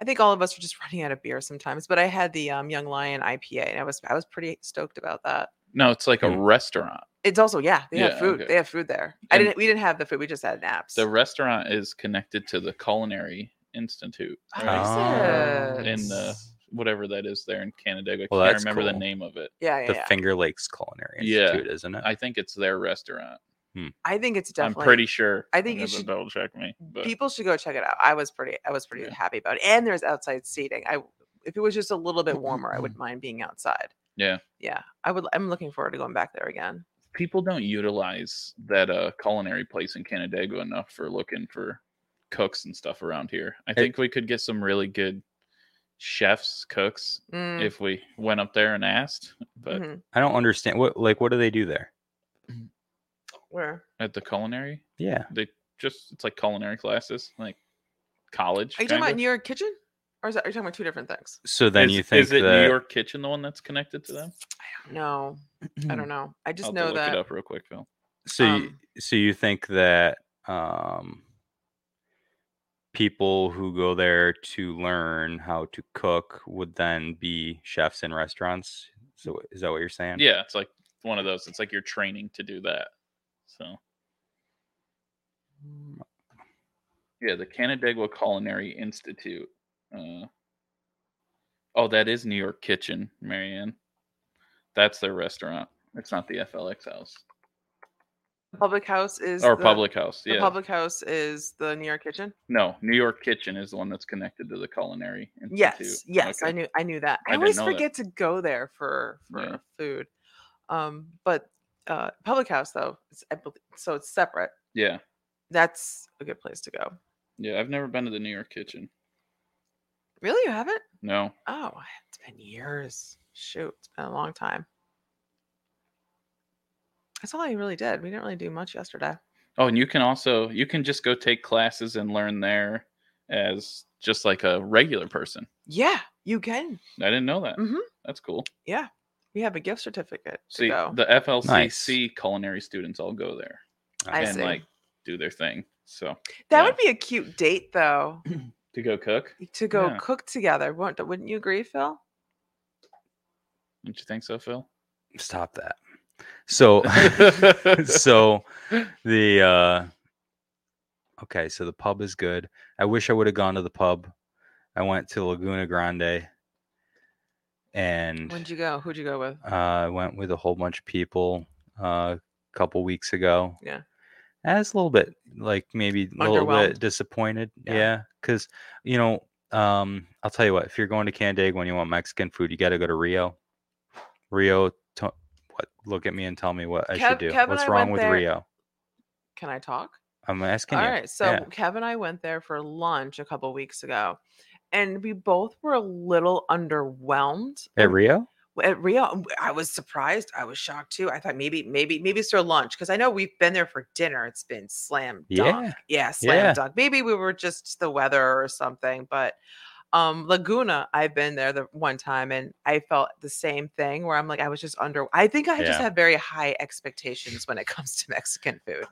Speaker 3: I think all of us were just running out of beer sometimes, but I had the um, Young Lion IPA, and I was I was pretty stoked about that.
Speaker 1: No, it's like a
Speaker 2: Hmm.
Speaker 1: restaurant.
Speaker 3: It's also yeah, they have
Speaker 1: Yeah,
Speaker 3: food.
Speaker 1: okay.
Speaker 3: They have food there. I
Speaker 1: And-
Speaker 3: didn't. We didn't have the food. We just had naps.
Speaker 1: The restaurant is connected to the Culinary Institute,
Speaker 3: Oh,
Speaker 1: right?
Speaker 2: Ah.
Speaker 3: is
Speaker 1: In um, the-
Speaker 3: it?
Speaker 1: whatever that is there in Canandaigua.
Speaker 2: Well,
Speaker 1: I can't
Speaker 2: that's
Speaker 1: remember the
Speaker 2: cool.
Speaker 1: name of it.
Speaker 3: yeah, yeah.
Speaker 2: The
Speaker 3: yeah.
Speaker 2: Finger Lakes Culinary
Speaker 1: Yeah.
Speaker 2: Institute, isn't it?
Speaker 1: I think it's their restaurant.
Speaker 3: I think it's definitely.
Speaker 1: I'm pretty sure.
Speaker 3: I think
Speaker 1: I'm
Speaker 3: you
Speaker 1: gonna
Speaker 3: should-
Speaker 1: double check me. But
Speaker 3: People should go check it out. I was pretty. I was pretty
Speaker 1: Yeah.
Speaker 3: happy about it. And there's outside seating. I if it was just a little bit warmer, I wouldn't mind being outside.
Speaker 1: Mm-hmm, Yeah.
Speaker 3: Yeah. I would. I'm looking forward to going back there again.
Speaker 1: people don't utilize that uh, culinary place in Canandaigua enough for looking for cooks and stuff around here. I think we could get some really good chefs, cooks,
Speaker 3: Mm,
Speaker 1: if we went up there and asked. But
Speaker 3: mhm.
Speaker 2: I don't understand. What like what do they do there?
Speaker 3: where
Speaker 1: at the culinary,
Speaker 2: Yeah.
Speaker 1: they just it's like culinary classes, like college.
Speaker 3: are you talking
Speaker 1: kinda.
Speaker 3: about New York kitchen, or is that, are you talking about two different things?
Speaker 2: So then
Speaker 1: is,
Speaker 2: you think
Speaker 1: is it
Speaker 2: that
Speaker 1: New York Kitchen the one that's connected to them?
Speaker 3: No, I don't know. I just
Speaker 1: Hmm. I'll have to
Speaker 3: know
Speaker 1: look it
Speaker 3: that
Speaker 1: up real quick, Phil.
Speaker 2: so you,
Speaker 3: um,
Speaker 2: so you think that um, people who go there to learn how to cook would then be chefs in restaurants. So is that what you're saying?
Speaker 1: Yeah, it's like one of those. It's like you're training to do that. So yeah, the Canandaigua Culinary Institute. Uh, oh, that is New York Kitchen, Marianne. That's their restaurant. It's not the FLX house
Speaker 3: Public house is
Speaker 1: or
Speaker 3: the-
Speaker 1: public house.
Speaker 3: The
Speaker 1: Yeah,
Speaker 3: public house is the New York kitchen.
Speaker 1: no, New York Kitchen is the one that's connected to the Culinary Institute.
Speaker 3: Yes, yes,
Speaker 1: Okay.
Speaker 3: I knew I knew that.
Speaker 1: I
Speaker 3: I,
Speaker 1: didn't
Speaker 3: always
Speaker 1: know that.
Speaker 3: forget to go there for for
Speaker 1: Yeah.
Speaker 3: food. Um, but uh, public house though, it's, I bel- so it's separate.
Speaker 1: Yeah,
Speaker 3: That's a good place to go.
Speaker 1: yeah. I've never been to the New York Kitchen.
Speaker 3: Really, you haven't?
Speaker 1: No,
Speaker 3: Oh, it's been years. Shoot, it's been a long time. That's all I really did. We didn't really do much yesterday.
Speaker 1: Oh, and you can also you can just go take classes and learn there as just like a regular person.
Speaker 3: Yeah, you can.
Speaker 1: I didn't know that.
Speaker 3: Mhm.
Speaker 1: That's cool.
Speaker 3: Yeah, we have a gift certificate to
Speaker 1: See,
Speaker 3: go.
Speaker 1: the FLCC culinary students all go there
Speaker 3: I
Speaker 1: and
Speaker 3: see.
Speaker 1: like do their thing. So
Speaker 3: that
Speaker 1: yeah.
Speaker 3: would be a cute date though
Speaker 1: to go cook,
Speaker 3: to go
Speaker 1: Yeah.
Speaker 3: cook together. Wouldn't, wouldn't you agree, Phil?
Speaker 1: don't you think so, Phil?
Speaker 2: Stop that. So so the uh okay so the pub is good i wish i would have gone to the pub i went to laguna grande and
Speaker 3: When'd you go? Who'd you go with?
Speaker 2: uh, i went with a whole bunch of people uh, a couple weeks ago
Speaker 3: Yeah.
Speaker 2: i was a little bit like maybe a little
Speaker 3: Underwhelmed.
Speaker 2: bit disappointed
Speaker 3: Yeah.
Speaker 2: yeah because you know um i'll tell you what if you're going to canandaigua and you want mexican food you got to go to rio rio to- what look at me and tell me what i
Speaker 3: Kev-
Speaker 2: should do
Speaker 3: Kev and
Speaker 2: what's
Speaker 3: I
Speaker 2: wrong
Speaker 3: went
Speaker 2: with
Speaker 3: there-
Speaker 2: rio
Speaker 3: Can I talk?
Speaker 2: i'm asking
Speaker 3: All
Speaker 2: you
Speaker 3: right. So
Speaker 2: Yeah.
Speaker 3: Kev and I went there for lunch a couple weeks ago, and we both were a little underwhelmed
Speaker 2: At Rio?
Speaker 3: at Rio. I was surprised. I was shocked too. I thought maybe, maybe, maybe it's their lunch because I know we've been there for dinner. It's been slam dunk.
Speaker 2: Yeah.
Speaker 3: Yeah, slam
Speaker 2: Yeah.
Speaker 3: dunk. Maybe we were just the weather or something, but um Laguna, I've been there the one time and I felt the same thing where I'm like, I was just under I think I just
Speaker 2: Yeah.
Speaker 3: have very high expectations when it comes to Mexican food.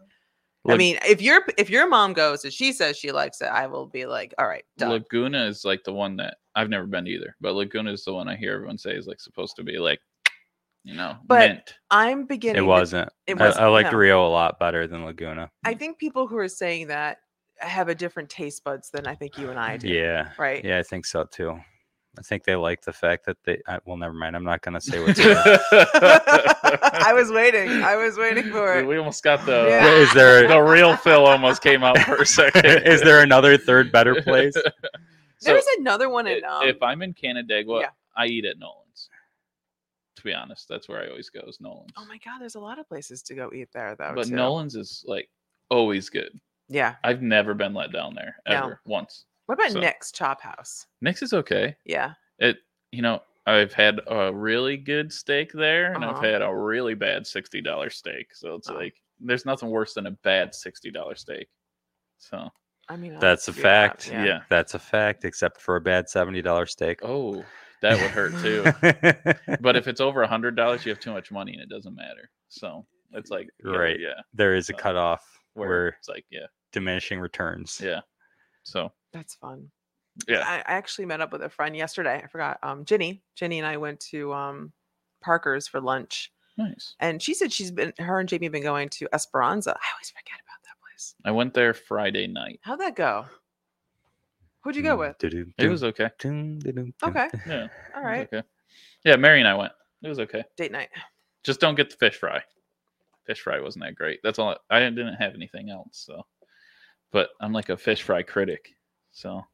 Speaker 3: I
Speaker 2: Lag-
Speaker 3: mean, if your if your mom goes and she says she likes it, I will be like, all right, done.
Speaker 1: Laguna is like the one that I've never been to either, but Laguna is the one I hear everyone say is like supposed to be like, you know,
Speaker 3: But-
Speaker 1: mint.
Speaker 3: I'm beginning
Speaker 2: it
Speaker 3: to-
Speaker 2: wasn't.
Speaker 3: it
Speaker 2: I- I,
Speaker 3: wasn't,
Speaker 2: liked
Speaker 3: no.
Speaker 2: Rio a lot better than Laguna.
Speaker 3: I
Speaker 1: Mm.
Speaker 3: think people who are saying that have a different taste buds than I think you and I do.
Speaker 2: Yeah.
Speaker 3: Right.
Speaker 2: Yeah, I think so too. I think they like the fact that they. I, well, never mind. I'm not going to say what's. in it.
Speaker 3: I
Speaker 1: I
Speaker 3: was waiting. I was waiting for it.
Speaker 1: We almost got the
Speaker 3: Yeah.
Speaker 2: Is there
Speaker 1: the real Phil almost came out for a second.
Speaker 2: is there another third better place?
Speaker 1: So,
Speaker 3: There's another one in
Speaker 1: i-
Speaker 3: um,
Speaker 1: if I'm in Canandaigua,
Speaker 3: yeah.
Speaker 1: I eat at Nolan's. To be honest, that's where I always go is Nolan's.
Speaker 3: Oh my god, there's a lot of places to go eat there though.
Speaker 1: but
Speaker 3: too.
Speaker 1: Nolan's is like always good.
Speaker 3: Yeah.
Speaker 1: I've never been let down there
Speaker 3: No.
Speaker 1: ever once.
Speaker 3: What about
Speaker 1: So-
Speaker 3: Nick's Chop House?
Speaker 1: Nick's is okay.
Speaker 3: Yeah.
Speaker 1: It you know I've had a really good steak there, and I've
Speaker 3: Uh-huh.
Speaker 1: had a really bad sixty dollar steak. So it's
Speaker 3: Oh.
Speaker 1: like there's nothing worse than a bad sixty dollar steak. So
Speaker 3: I mean, I'll
Speaker 2: That's a
Speaker 3: figure it out,
Speaker 2: fact.
Speaker 1: yeah.
Speaker 2: That's a fact, except for a bad seventy dollars steak.
Speaker 1: oh, that would hurt too.
Speaker 2: too.
Speaker 1: but if it's over a hundred dollars, you have too much money, and it doesn't matter. So it's like you know,
Speaker 2: Right.
Speaker 1: yeah.
Speaker 2: there is a
Speaker 1: Uh,
Speaker 2: cutoff
Speaker 1: where,
Speaker 2: where
Speaker 1: it's like yeah
Speaker 2: diminishing returns.
Speaker 1: yeah so
Speaker 3: That's fun.
Speaker 1: yeah
Speaker 3: I, I actually met up with a friend yesterday. I forgot. Um, Ginny. Ginny and I went to um, Parker's for lunch,
Speaker 1: nice
Speaker 3: and she said she's been. Her and Jamie have been going to Esperanza. I always forget about that place.
Speaker 1: i went there friday night
Speaker 3: How'd that go? Who'd you
Speaker 1: Mm,
Speaker 3: go with?
Speaker 1: it was okay
Speaker 3: Okay.
Speaker 1: yeah it was
Speaker 3: All right.
Speaker 1: okay yeah mary and i went it was okay
Speaker 3: Date night.
Speaker 1: just don't get the fish fry fish fry wasn't that great that's all i, I didn't have anything else so but i'm like a fish fry critic so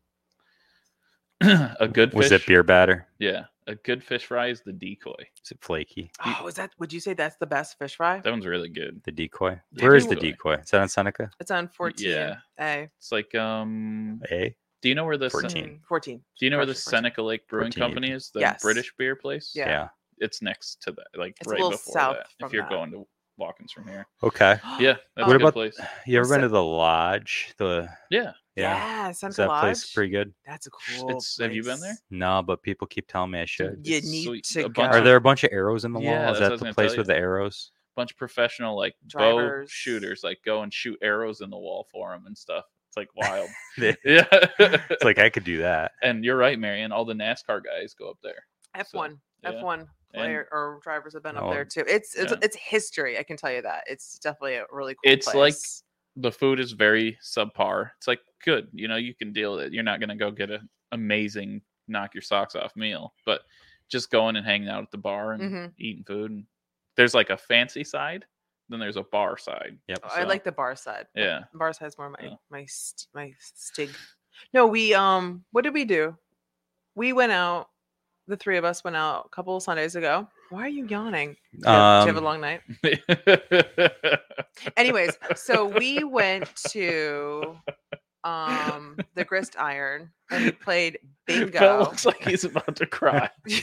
Speaker 1: a good
Speaker 2: Was
Speaker 1: fish,
Speaker 2: it beer batter?
Speaker 1: yeah a good fish fry is the decoy
Speaker 2: Is it flaky?
Speaker 3: Oh, is that? Would you say that's the best fish fry?
Speaker 1: that one's really good
Speaker 2: The decoy.
Speaker 1: The
Speaker 2: Where is the
Speaker 1: decoy.
Speaker 2: decoy? Is that on Seneca?
Speaker 3: It's on 14.
Speaker 1: Yeah.
Speaker 3: A.
Speaker 1: it's like um
Speaker 2: A.
Speaker 1: do you know where the Sen-
Speaker 2: 14.
Speaker 3: Mm, 14.
Speaker 1: do you know where the
Speaker 3: March 14.
Speaker 1: seneca lake brewing
Speaker 2: 14.
Speaker 1: company is the
Speaker 3: Yes.
Speaker 1: british beer place
Speaker 3: Yeah.
Speaker 1: it's next to that, like
Speaker 3: It's a
Speaker 1: right
Speaker 3: little
Speaker 1: before
Speaker 3: south
Speaker 1: that.
Speaker 3: from
Speaker 1: If you're
Speaker 3: that.
Speaker 1: going to Watkins from here,
Speaker 2: Okay.
Speaker 1: yeah, that's
Speaker 2: What
Speaker 1: a good
Speaker 2: about-
Speaker 1: place.
Speaker 2: You ever
Speaker 3: So-
Speaker 2: been to the lodge? The
Speaker 1: Yeah,
Speaker 2: yeah.
Speaker 3: Yeah,
Speaker 2: Is
Speaker 3: Seneca
Speaker 2: that place
Speaker 3: Lodge.
Speaker 2: pretty good?
Speaker 3: That's a cool.
Speaker 1: It's- have you been there?
Speaker 3: place.
Speaker 2: No, but people keep telling me I should.
Speaker 3: You
Speaker 1: it's
Speaker 3: need
Speaker 1: sweet.
Speaker 3: to
Speaker 1: A bunch
Speaker 2: Are
Speaker 1: of-
Speaker 2: there a bunch of arrows in the wall?
Speaker 1: Yeah,
Speaker 2: Is
Speaker 1: that's what I
Speaker 2: that
Speaker 1: was
Speaker 2: the
Speaker 1: gonna
Speaker 2: place
Speaker 1: tell
Speaker 2: with
Speaker 1: you.
Speaker 2: the arrows?
Speaker 1: bunch of professional like bow
Speaker 3: Drivers.
Speaker 1: shooters like go and shoot arrows in the wall for him and stuff. It's like wild.
Speaker 2: They-
Speaker 1: yeah.
Speaker 2: it's like I could do that.
Speaker 1: and you're right, Marion. All the NASCAR guys go up there.
Speaker 3: F one,
Speaker 1: yeah.
Speaker 3: F one
Speaker 1: And-
Speaker 3: player or drivers have been
Speaker 2: Oh,
Speaker 3: up there too. It's it's
Speaker 1: yeah.
Speaker 3: it's history. I can tell you that. It's definitely a really cool.
Speaker 1: It's like-
Speaker 3: place.
Speaker 1: The food is very subpar. It's like good, you know, you can deal with it. You're not gonna go get an amazing knock your socks off meal, but just going and hanging out at the bar and
Speaker 3: Mhm.
Speaker 1: eating food. And there's like a fancy side, then there's a bar side.
Speaker 2: Yep.
Speaker 3: I
Speaker 1: so-
Speaker 3: like the bar side.
Speaker 1: Yeah.
Speaker 3: bar side's more my
Speaker 1: Yeah.
Speaker 3: my st- my stig. No, we um, what did we do? We went out. The three of us went out a couple of Sundays ago. Why are you yawning? Did you have- did you have a
Speaker 2: Um,
Speaker 3: long night? Anyways, so we went to um the Grist Iron and we played
Speaker 1: Phil
Speaker 3: bingo.
Speaker 1: looks like he's about to cry.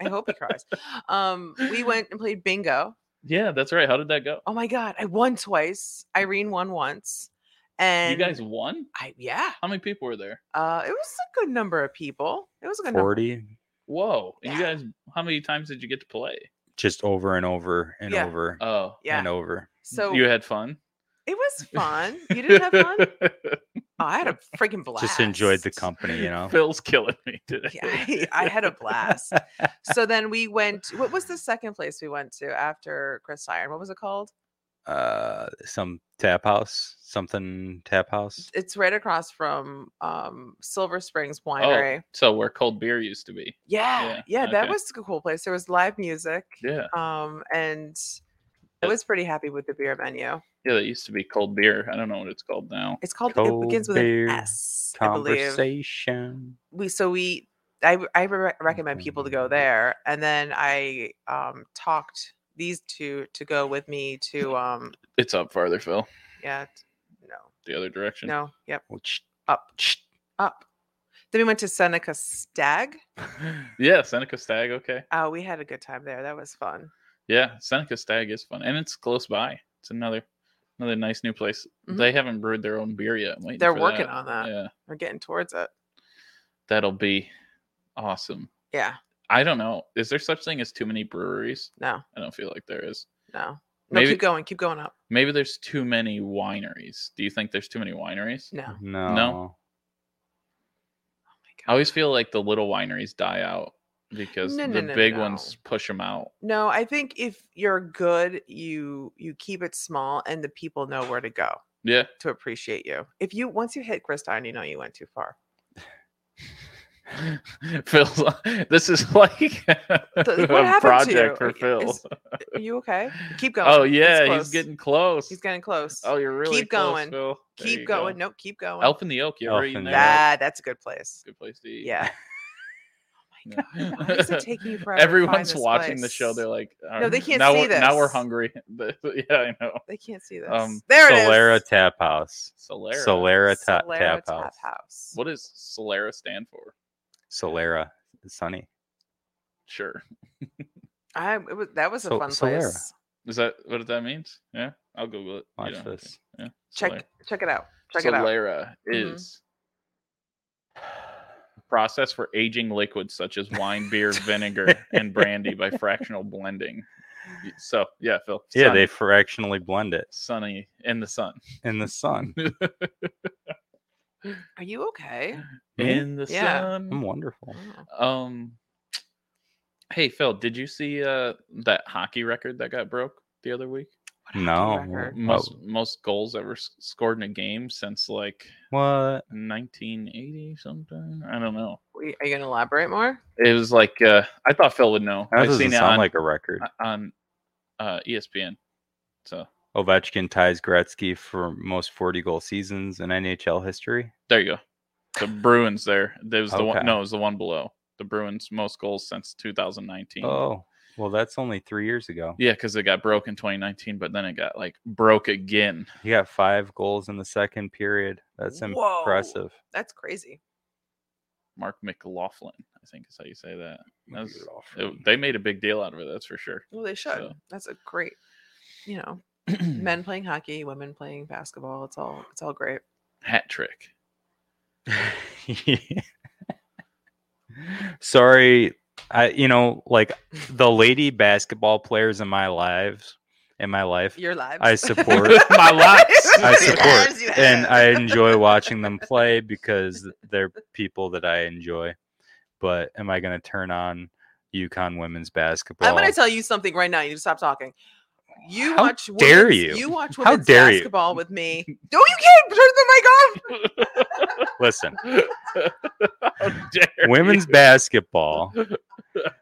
Speaker 3: I hope he cries. Um, we went and played bingo.
Speaker 1: yeah, that's right. How did that go?
Speaker 3: Oh my god, I won twice. Irene won once,
Speaker 1: you
Speaker 3: and
Speaker 1: guys won?
Speaker 3: I yeah,
Speaker 1: How many people were there?
Speaker 3: uh, it was a good number of people. It was a good number.
Speaker 2: Forty,
Speaker 1: Whoa. And you
Speaker 3: Yeah.
Speaker 1: guys, how many times did you get to play?
Speaker 2: just over and over and
Speaker 3: Yeah.
Speaker 2: over
Speaker 1: Oh,
Speaker 3: Yeah,
Speaker 2: and over.
Speaker 3: so
Speaker 1: you had fun?
Speaker 3: it was fun. You didn't have fun? Oh, I had a freaking blast.
Speaker 2: Just enjoyed the company, you know.
Speaker 1: Phil's killing me today.
Speaker 3: Yeah, I, I had a blast. so then we went. What was the second place we went to after Chris Iron? What was it called?
Speaker 2: Uh, some tap house, something tap house.
Speaker 3: It's right across from um, Silver Springs Winery.
Speaker 1: oh, so where cold beer used to be.
Speaker 3: yeah,
Speaker 1: yeah,
Speaker 3: yeah, that
Speaker 1: okay.
Speaker 3: was a cool place. There was live music,
Speaker 1: Yeah.
Speaker 3: um, and I
Speaker 1: Uh,
Speaker 3: was pretty happy with the beer menu.
Speaker 1: Yeah, that used to be cold beer. I don't know what it's called now.
Speaker 3: It's called.
Speaker 2: Cold
Speaker 3: it begins with
Speaker 2: beer
Speaker 3: an S, I believe.
Speaker 2: Conversation.
Speaker 3: we so we I w- I re- recommend people to
Speaker 1: Mm-hmm.
Speaker 3: go there, and then I um talked these two to go with me to um
Speaker 1: It's up farther, Phil,
Speaker 3: yeah t- no
Speaker 1: the other direction.
Speaker 3: no yep
Speaker 2: Which-
Speaker 3: up up. Then we went to Seneca Stag.
Speaker 1: yeah, Seneca Stag. Okay.
Speaker 3: Oh, we had a good time there. That was fun.
Speaker 1: Yeah, Seneca Stag is fun, and it's close by. It's another another nice new place.
Speaker 3: Mhm.
Speaker 1: They haven't brewed their own beer yet. I'm waiting
Speaker 3: They're
Speaker 1: for
Speaker 3: working
Speaker 1: that.
Speaker 3: on that.
Speaker 1: Yeah,
Speaker 3: We're getting towards it.
Speaker 1: that'll be awesome.
Speaker 3: Yeah.
Speaker 1: I don't know. Is there such thing as too many breweries?
Speaker 3: No.
Speaker 1: I don't feel like there is.
Speaker 3: No. No.
Speaker 1: Maybe-
Speaker 3: Keep going. Keep going up.
Speaker 1: Maybe there's too many wineries. Do you think there's too many wineries?
Speaker 3: No. Oh
Speaker 2: No.
Speaker 1: I
Speaker 3: my God.
Speaker 1: always feel like the little wineries die out because
Speaker 3: No, no,
Speaker 1: the
Speaker 3: no,
Speaker 1: big
Speaker 3: no.
Speaker 1: ones push them out.
Speaker 3: No, I think if you're good, you you keep it small, and the people know where to go.
Speaker 1: Yeah,
Speaker 3: to appreciate you. If you once you hit Christine, you know you went too far.
Speaker 1: Phil's. This is like
Speaker 3: what
Speaker 1: a
Speaker 3: happened to
Speaker 1: project
Speaker 3: you?
Speaker 1: for
Speaker 3: Are you-
Speaker 1: Phil.
Speaker 3: is- Are you okay? Keep going.
Speaker 1: Oh
Speaker 3: He's
Speaker 1: yeah, he's
Speaker 3: close.
Speaker 1: getting close.
Speaker 3: he's getting close.
Speaker 1: Oh, you're really
Speaker 3: Keep
Speaker 1: close,
Speaker 3: going.
Speaker 1: Phil. There you
Speaker 3: keep
Speaker 1: go.
Speaker 3: going. Nope, keep going.
Speaker 1: Elf in the Oak. You ever
Speaker 2: Elf
Speaker 1: eaten
Speaker 2: in the
Speaker 1: there? That's
Speaker 3: that that's a good place.
Speaker 1: a Good place to eat.
Speaker 3: Yeah.
Speaker 1: Yeah.
Speaker 3: God, why does it take you forever to find
Speaker 1: Everyone's
Speaker 3: this
Speaker 1: watching the
Speaker 3: place?
Speaker 1: show. They're like,
Speaker 3: No, they
Speaker 1: "Um,
Speaker 3: can't
Speaker 1: now
Speaker 3: see
Speaker 1: we're, Now we're
Speaker 3: this."
Speaker 1: hungry. But- yeah, I know.
Speaker 3: They can't see this.
Speaker 1: Um,
Speaker 3: there it is.
Speaker 2: Solera Tap House.
Speaker 1: Solera.
Speaker 2: Solera, ta-
Speaker 3: Solera
Speaker 2: tap,
Speaker 3: Tap
Speaker 2: House.
Speaker 3: House.
Speaker 1: What does Solera stand for?
Speaker 2: Solera. It's Sunny.
Speaker 1: Sure.
Speaker 3: I it was, that was a
Speaker 2: Sol-
Speaker 3: fun
Speaker 2: Solera.
Speaker 3: place.
Speaker 1: Is that what that means? Yeah, I'll Google it. You
Speaker 2: Watch
Speaker 1: don't have to.
Speaker 2: this.
Speaker 1: Yeah.
Speaker 3: Check
Speaker 1: Solera.
Speaker 3: check it out. Check it out.
Speaker 1: Solera
Speaker 3: Mhm.
Speaker 1: is process for aging liquids such as wine, beer, vinegar, and brandy by fractional blending. Y- So yeah, Phil.
Speaker 2: Yeah,
Speaker 1: sunny,
Speaker 2: they fractionally blend it
Speaker 1: sunny in the sun.
Speaker 2: in the sun.
Speaker 3: Are you okay?
Speaker 2: Me?
Speaker 1: In the
Speaker 3: Yeah.
Speaker 2: I'm
Speaker 1: sun.
Speaker 2: wonderful.
Speaker 3: Oh.
Speaker 1: Um. Hey Phil, did you see uh that hockey record that got broke the other week?
Speaker 3: What a
Speaker 2: No.
Speaker 3: hockey record.
Speaker 1: Most
Speaker 2: Oh,
Speaker 1: most goals ever s- scored in a game since like
Speaker 2: what?
Speaker 1: 1980 something. I don't know.
Speaker 3: Wait, Are you gonna elaborate more?
Speaker 1: It was like uh I thought Phil would know.
Speaker 2: That
Speaker 1: I've
Speaker 2: doesn't
Speaker 1: seen it
Speaker 2: sound
Speaker 1: on
Speaker 2: like a record.
Speaker 1: uh, on uh, ESPN. So
Speaker 2: Ovechkin ties Gretzky for most 40 goal seasons in NHL history.
Speaker 1: there you go. The Bruins there. There was the one.
Speaker 2: Okay.
Speaker 1: No, it was the one below. The Bruins most goals since 2019.
Speaker 2: Oh, well, that's only three years ago.
Speaker 1: Yeah, because it got broke in 2019, but then it got like broke again.
Speaker 2: He got five goals in the second period. That's
Speaker 3: Whoa.
Speaker 2: impressive.
Speaker 3: That's crazy.
Speaker 1: Mark McLaughlin, I think is how you say that. That's- It- they made a big deal out of it. That's for sure.
Speaker 3: Well, they should.
Speaker 1: So- Hmm.
Speaker 3: That's a great, you know, men playing hockey, women playing basketball. It's all it's all great.
Speaker 1: Hat trick.
Speaker 2: Sorry, I you know like the lady basketball players in my lives in my life.
Speaker 3: Your lives.
Speaker 2: I support-
Speaker 1: My lives.
Speaker 2: I
Speaker 3: Your
Speaker 2: support,
Speaker 3: lives you
Speaker 2: and
Speaker 3: have.
Speaker 2: I enjoy watching them play because they're people that I enjoy. But am I going to turn on Yukon women's basketball?
Speaker 3: I'm going to tell you something right now. You need to stop talking. You
Speaker 2: How
Speaker 3: watch.
Speaker 2: dare
Speaker 3: women's-
Speaker 2: you.
Speaker 3: You watch
Speaker 2: How
Speaker 3: women's
Speaker 2: dare you.
Speaker 3: basketball with me. No, you can't turn the mic off.
Speaker 2: Listen,
Speaker 1: How dare
Speaker 2: women's
Speaker 1: you.
Speaker 2: basketball.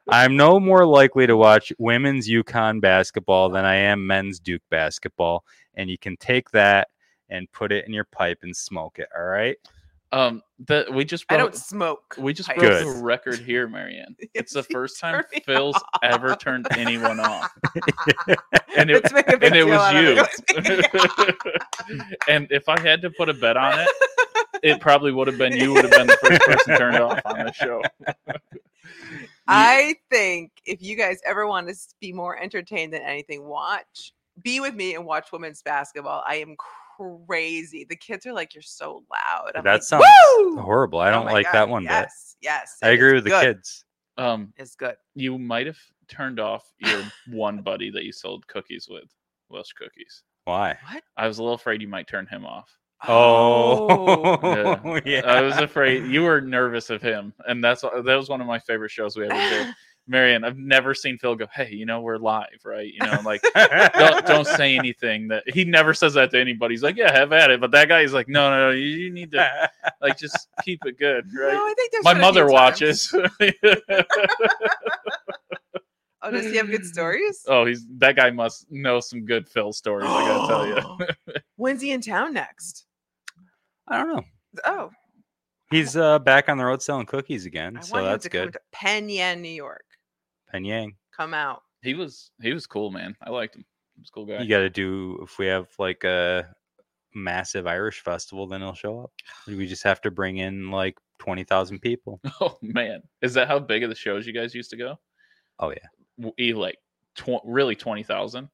Speaker 2: I'm no more likely to watch women's Yukon basketball than I am men's Duke basketball. And you can take that and put it in your pipe and smoke it. All right.
Speaker 1: Um, the, we just
Speaker 3: I
Speaker 1: broke,
Speaker 3: don't smoke.
Speaker 1: we just
Speaker 3: I-
Speaker 1: broke the
Speaker 2: Good.
Speaker 1: record here, Marianne. It's the first time
Speaker 3: Turn me
Speaker 1: Phil's
Speaker 3: off.
Speaker 1: ever turned anyone off, and it
Speaker 3: Let's make a big
Speaker 1: and it
Speaker 3: deal
Speaker 1: was
Speaker 3: out of
Speaker 1: you. and if I had to put a bet on it, it probably would have been you would have been the first person turned off on the show.
Speaker 3: I think if you guys ever want to s- be more entertained than anything, watch, be with me and watch women's basketball. I am crazy. The kids are like, "You're so loud." I'm
Speaker 2: that
Speaker 3: like,
Speaker 2: sounds
Speaker 3: "Woo!"
Speaker 2: horrible. I
Speaker 3: Oh
Speaker 2: don't
Speaker 3: my
Speaker 2: like
Speaker 3: God,
Speaker 2: that one bit.
Speaker 3: Yes, yes.
Speaker 2: I
Speaker 3: it
Speaker 2: agree
Speaker 3: is
Speaker 2: with the
Speaker 3: good.
Speaker 2: kids.
Speaker 1: Um,
Speaker 3: It's good.
Speaker 1: you might have turned off your one buddy that you sold cookies with, Welsh cookies.
Speaker 2: Why?
Speaker 1: I was a little afraid you might turn him off.
Speaker 2: Oh, yeah.
Speaker 1: I was afraid you were nervous of him, and that's that was one of my favorite shows we ever did. Marion, I've never seen Phil go, "Hey, you know we're live, right?" You know, like don't, don't say anything that he never says that to anybody. He's like, "Yeah, have at it," but that guy is like, "No, no, no, you, you need to like just keep it good,
Speaker 3: No,
Speaker 1: right?"
Speaker 3: I think there's
Speaker 1: my
Speaker 3: been a few
Speaker 1: mother
Speaker 3: times.
Speaker 1: watches.
Speaker 3: Oh, does he have good stories?
Speaker 1: oh, he's that guy must know some good Phil stories. I gotta tell you.
Speaker 3: When's he in town next?
Speaker 2: I don't know.
Speaker 3: Oh,
Speaker 2: He's uh, back on the road selling cookies again,
Speaker 3: I
Speaker 2: Mm, so
Speaker 3: want him
Speaker 2: that's
Speaker 3: to come
Speaker 2: good.
Speaker 3: to Penyan, New York.
Speaker 2: Penyang,
Speaker 3: Come out.
Speaker 1: He was he was cool, man. I liked him. He was a cool guy.
Speaker 2: you got to do if we have like a massive Irish festival, then he'll show up. We just have to bring in like twenty thousand people.
Speaker 1: Oh man, is that how big of the shows you guys used to go?
Speaker 2: Oh, yeah.
Speaker 1: W- E like tw- really twenty thousand.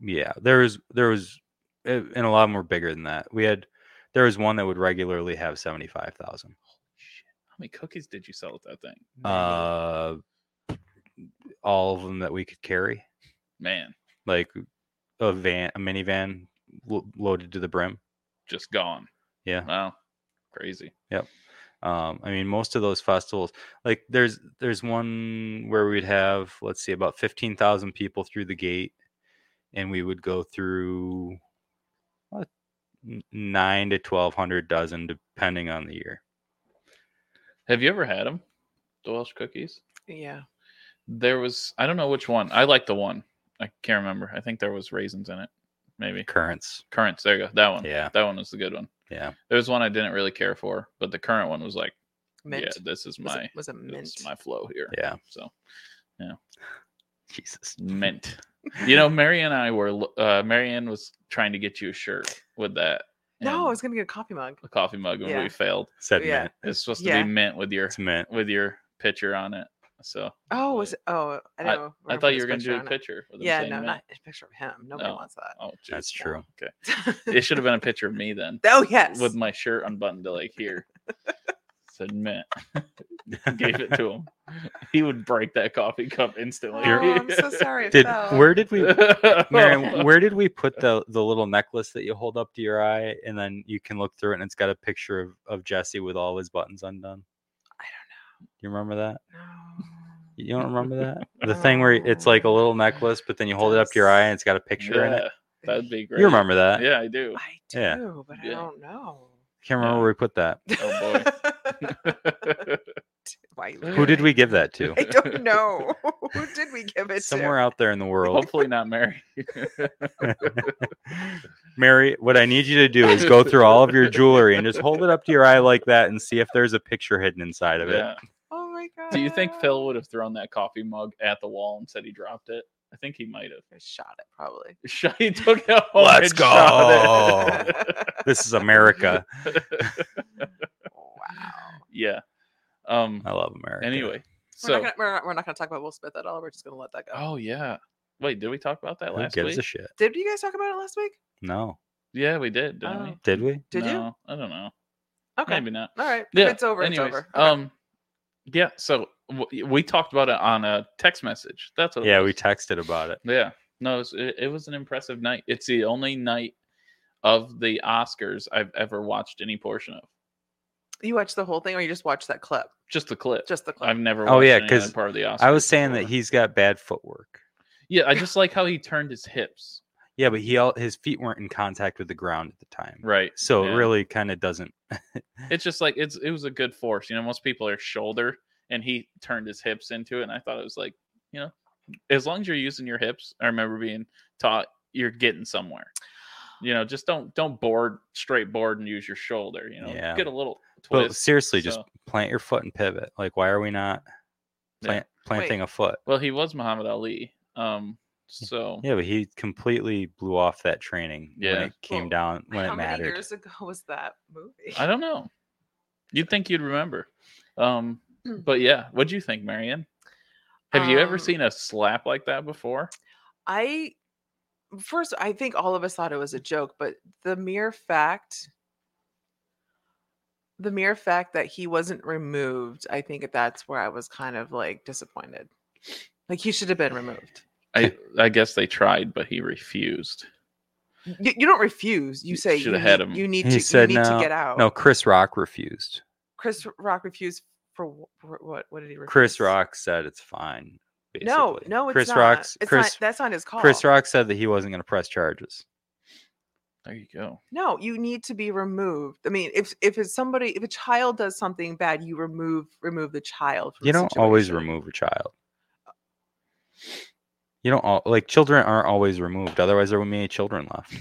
Speaker 2: Yeah, there was there was, uh, and a lot more bigger than that. We had there was one that would regularly have seventy five thousand.
Speaker 1: Shit, how many cookies did you sell at that thing?
Speaker 2: Uh, all of them that we could carry,
Speaker 1: Man,
Speaker 2: like a van, a minivan lo- loaded to the brim.
Speaker 1: just gone.
Speaker 2: Yeah.
Speaker 1: Wow, crazy.
Speaker 2: Um, I mean, most of those festivals, like there's there's one where we'd have let's see about fifteen thousand people through the gate, and we would go through what, n- nine to twelve hundred dozen, depending on the year.
Speaker 1: Have you ever had them? The Welsh cookies.
Speaker 3: Yeah.
Speaker 1: There was I don't know which one. I like the one. I can't remember. I think there was raisins in it. Maybe
Speaker 2: Currents,
Speaker 1: currants. There you go. That one.
Speaker 2: yeah,
Speaker 1: That one was the good one.
Speaker 2: yeah.
Speaker 1: There was one I didn't really care for, but the current one was like,
Speaker 3: Mint.
Speaker 1: yeah, this is
Speaker 3: was,
Speaker 1: my
Speaker 3: it, was it
Speaker 1: this
Speaker 3: mint?
Speaker 1: is my flow here.
Speaker 2: Yeah.
Speaker 1: So
Speaker 2: Jesus,
Speaker 1: mint. You know, Mary and I were. l- Uh, Marianne was trying to get you a shirt with that.
Speaker 3: no,
Speaker 1: and
Speaker 3: I was gonna get a coffee mug.
Speaker 1: a coffee mug, and
Speaker 3: Yeah.
Speaker 1: we failed.
Speaker 2: said
Speaker 3: Yeah.
Speaker 2: mint.
Speaker 1: It's supposed
Speaker 3: Yeah.
Speaker 1: to be mint with your
Speaker 2: It's mint.
Speaker 1: with your picture on it. So
Speaker 3: Oh, was it? Oh, I don't know.
Speaker 1: I
Speaker 3: remember
Speaker 1: thought you
Speaker 3: his
Speaker 1: were going to do a
Speaker 3: picture on it.
Speaker 1: picture. With him
Speaker 3: Yeah,
Speaker 1: saying
Speaker 3: no,
Speaker 1: mint.
Speaker 3: not a picture of him. Nobody
Speaker 1: No.
Speaker 3: wants
Speaker 1: Oh, geez.
Speaker 2: That's true.
Speaker 1: Okay,
Speaker 3: that.
Speaker 1: it should have been a picture of me then,
Speaker 3: oh yes.
Speaker 1: with my shirt unbuttoned to like here. Said mint. Gave it to him. He would break that coffee cup
Speaker 3: oh,
Speaker 1: instantly.
Speaker 3: I'm so sorry.
Speaker 2: Did
Speaker 3: Phil.
Speaker 2: where did we? Marion, where did we put the the little necklace that you hold up to your eye, and then you can look through it, and it's got a picture of of Jesse with all his buttons undone.
Speaker 3: I
Speaker 2: don't know. You remember that?
Speaker 3: No.
Speaker 2: You don't remember that? The thing where it's like a little necklace, but then you hold it up to your eye, and it's got a picture in it.
Speaker 1: Yeah, That'd be great.
Speaker 2: You remember that?
Speaker 1: Yeah, I do.
Speaker 3: I do,
Speaker 2: Yeah.
Speaker 3: but I
Speaker 1: Yeah.
Speaker 3: don't know.
Speaker 2: Can't remember
Speaker 1: Yeah.
Speaker 2: where we put that.
Speaker 1: Oh,
Speaker 3: boy. Why you
Speaker 2: Who did
Speaker 3: laughing?
Speaker 2: we give that to?
Speaker 3: I don't know. Who did we give it
Speaker 2: Somewhere out there in the world.
Speaker 1: Hopefully not Mary.
Speaker 2: Mary, what I need you to do is go through all of your jewelry and just hold it up to your eye like that and see if there's a picture hidden inside of it.
Speaker 1: yeah.
Speaker 3: to? Oh my god.
Speaker 1: Do you think Phil would have thrown that coffee mug at the wall and said he dropped it? I think he might have.
Speaker 3: I shot it probably?
Speaker 1: He took it home
Speaker 2: Let's
Speaker 1: and shot
Speaker 2: Oh. This is America.
Speaker 1: it.
Speaker 3: wow.
Speaker 1: yeah. Um.
Speaker 2: I love America.
Speaker 1: Anyway,
Speaker 3: We're,
Speaker 1: so
Speaker 3: not gonna, we're, not, we're not gonna talk about Will Smith at all. We're just gonna let that go.
Speaker 1: oh yeah. Wait, did we talk about that
Speaker 2: who
Speaker 1: last
Speaker 2: gives
Speaker 1: week?
Speaker 2: a shit?
Speaker 3: Did you guys talk about it last week?
Speaker 2: No,
Speaker 1: yeah, we did, didn't
Speaker 3: Oh.
Speaker 1: we?
Speaker 2: did we?
Speaker 3: Did you?
Speaker 1: No, I don't know.
Speaker 3: Okay.
Speaker 1: Maybe not.
Speaker 3: All right.
Speaker 1: Yeah.
Speaker 3: It's over.
Speaker 1: Anyways,
Speaker 3: it's over. All right.
Speaker 1: Um. Yeah. So w- we talked about it on a text message. That's what. it
Speaker 2: Yeah,
Speaker 1: was.
Speaker 2: we texted about it.
Speaker 1: Yeah. No, it's- it, it was an impressive night. It's the only night of the Oscars I've ever watched any portion of.
Speaker 3: You watch the whole thing, or you just watch that clip?
Speaker 1: Just the clip.
Speaker 3: Just the clip.
Speaker 1: I've never.
Speaker 2: Oh,
Speaker 1: watched
Speaker 2: yeah,
Speaker 1: any other
Speaker 2: 'cause
Speaker 1: part of the Oscars.
Speaker 2: I was saying that
Speaker 1: before.
Speaker 2: he's got bad footwork.
Speaker 1: Yeah, I just like how he turned his hips.
Speaker 2: Yeah, but he all his feet weren't in contact with the ground at the time.
Speaker 1: Right.
Speaker 2: So
Speaker 1: yeah.
Speaker 2: it really kind of doesn't.
Speaker 1: it's just like it's it was a good force. You know, most people are shoulder, and he turned his hips into it. And I thought it was like, you know, as long as you're using your hips, I remember being taught you're getting somewhere. You know, just don't don't board straight board and use your shoulder. You know,
Speaker 2: Yeah.
Speaker 1: get a little twist.
Speaker 2: But seriously, just
Speaker 1: so-
Speaker 2: plant your foot and pivot. Like, why are we not
Speaker 1: Yeah.
Speaker 2: plant, planting a foot?
Speaker 1: Well, he was Muhammad Ali. Um, so
Speaker 2: Yeah, but he completely blew off that training
Speaker 1: Yeah.
Speaker 2: when it came
Speaker 3: Well,
Speaker 2: down when
Speaker 3: How
Speaker 2: it
Speaker 3: many
Speaker 2: mattered.
Speaker 3: years ago was that movie?
Speaker 1: I don't know. You'd think you'd remember. Um, but yeah, what'd you think, Marianne? Have you ever
Speaker 3: Um,
Speaker 1: seen a slap like that before?
Speaker 3: I first I think all of us thought it was a joke, but the mere fact the mere fact that he wasn't removed, I think that's where I was kind of like disappointed. Like he should have been removed.
Speaker 1: I I guess they tried, but he refused.
Speaker 3: You, you don't refuse. You
Speaker 1: You
Speaker 3: say you
Speaker 1: should have had
Speaker 3: need,
Speaker 1: him.
Speaker 3: you need
Speaker 2: He
Speaker 3: to
Speaker 2: said
Speaker 3: you need
Speaker 2: no,
Speaker 3: to get out.
Speaker 2: No, Chris Rock refused.
Speaker 3: Chris Rock refused for, wh- for what? What did he refuse?
Speaker 2: Chris Rock said it's fine.
Speaker 3: No,
Speaker 2: basically.
Speaker 3: no, it's
Speaker 2: Chris
Speaker 3: not.
Speaker 2: Rock's
Speaker 3: it's
Speaker 2: Chris
Speaker 3: not, that's not his call.
Speaker 1: Oh.
Speaker 2: Chris Rock said that he wasn't going to press charges.
Speaker 1: There you go.
Speaker 3: No, you need to be removed. I mean, if if it's somebody, if a child does something bad, you remove remove the child. From
Speaker 2: You
Speaker 3: the
Speaker 2: don't always
Speaker 3: situation.
Speaker 2: remove a child. You don't all, like children aren't always removed. Otherwise, there would be any children left.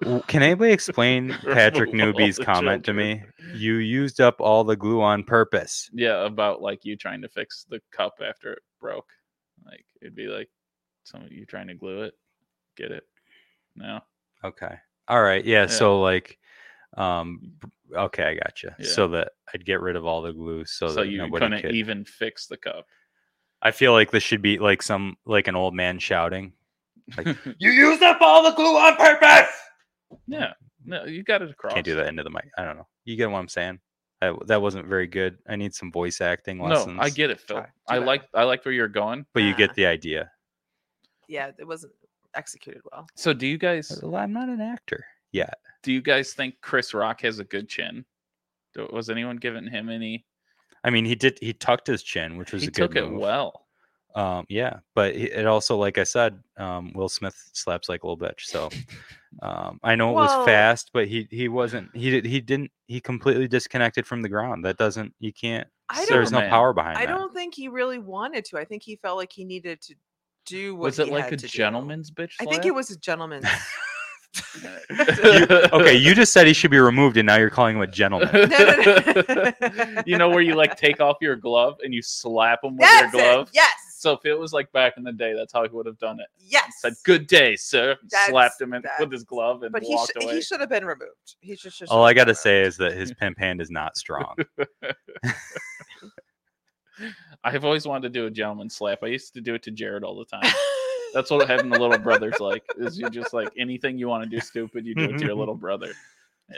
Speaker 2: W- Can anybody explain Patrick
Speaker 1: Remove all
Speaker 2: Newby's
Speaker 1: the
Speaker 2: comment
Speaker 1: children.
Speaker 2: to me? You used up all the glue on purpose.
Speaker 1: Yeah, about like you trying to fix the cup after it broke. Like it'd be like some you trying to glue it. Get it? No.
Speaker 2: Okay. All right. Yeah.
Speaker 1: Yeah.
Speaker 2: So like, um, b- okay, I gotcha.
Speaker 1: Yeah.
Speaker 2: So that I'd get rid of all the glue, so,
Speaker 1: So,
Speaker 2: that
Speaker 1: you
Speaker 2: nobody
Speaker 1: couldn't
Speaker 2: could.
Speaker 1: even fix the cup.
Speaker 2: I feel like this should be like some like an old man shouting. Like, you used up all the glue on purpose.
Speaker 1: Yeah. No, you got it across.
Speaker 2: Can't do that into the mic. I don't know. You get what I'm saying? I, that wasn't very good. I need some voice acting lessons.
Speaker 1: No, I get it, Phil.
Speaker 3: Try- do
Speaker 1: I
Speaker 3: better.
Speaker 1: like I liked where you're going.
Speaker 2: But you
Speaker 3: Ah.
Speaker 2: get the idea.
Speaker 3: Yeah, it wasn't executed well.
Speaker 1: So do you guys
Speaker 2: Well, I'm not an actor yet.
Speaker 1: do you guys think Chris Rock has a good chin? Do- Was anyone giving him any?
Speaker 2: I mean, he did. He tucked his chin, which was
Speaker 1: He
Speaker 2: a good
Speaker 1: took it
Speaker 2: move.
Speaker 1: well.
Speaker 2: Um, yeah, but he- it also, like I said, um, Will Smith slaps like a little bitch. So um, I know it
Speaker 3: Well-
Speaker 2: was fast, but he he wasn't. He did. He didn't. He completely disconnected from the ground. That doesn't. You can't.
Speaker 3: I
Speaker 2: there's
Speaker 3: don't.
Speaker 2: no
Speaker 1: Superman.
Speaker 2: power behind.
Speaker 3: I
Speaker 2: that.
Speaker 3: don't think he really wanted to. I think he felt like he needed to do what.
Speaker 1: Was it
Speaker 3: he
Speaker 1: like
Speaker 3: had
Speaker 1: a
Speaker 3: to do.
Speaker 1: gentleman's bitch?
Speaker 3: I think it was a gentleman.
Speaker 1: slap?
Speaker 2: Okay, you just said he should be removed, and now you're calling him a gentleman.
Speaker 3: No, no, no.
Speaker 1: you know where you like take off your glove and you slap him with
Speaker 3: That's
Speaker 1: your glove.
Speaker 3: it. Yes.
Speaker 1: So if it was like back in the day, that's how he would have done it.
Speaker 3: Yes.
Speaker 1: Said "Good day, sir," and slapped
Speaker 3: That's-
Speaker 1: him in, with his
Speaker 3: that's-
Speaker 1: glove and
Speaker 3: But he
Speaker 1: walked
Speaker 3: sh-
Speaker 1: away.
Speaker 3: he should have been removed. He should. should
Speaker 2: All I
Speaker 3: should've been
Speaker 2: gotta say
Speaker 3: removed.
Speaker 2: is that his pimp hand is not strong.
Speaker 1: I've always wanted to do a gentleman slap. I used to do it to Jared all the time. That's what having the little brother's like. Is you just like anything you want to do stupid, you do it to your little brother. Yeah,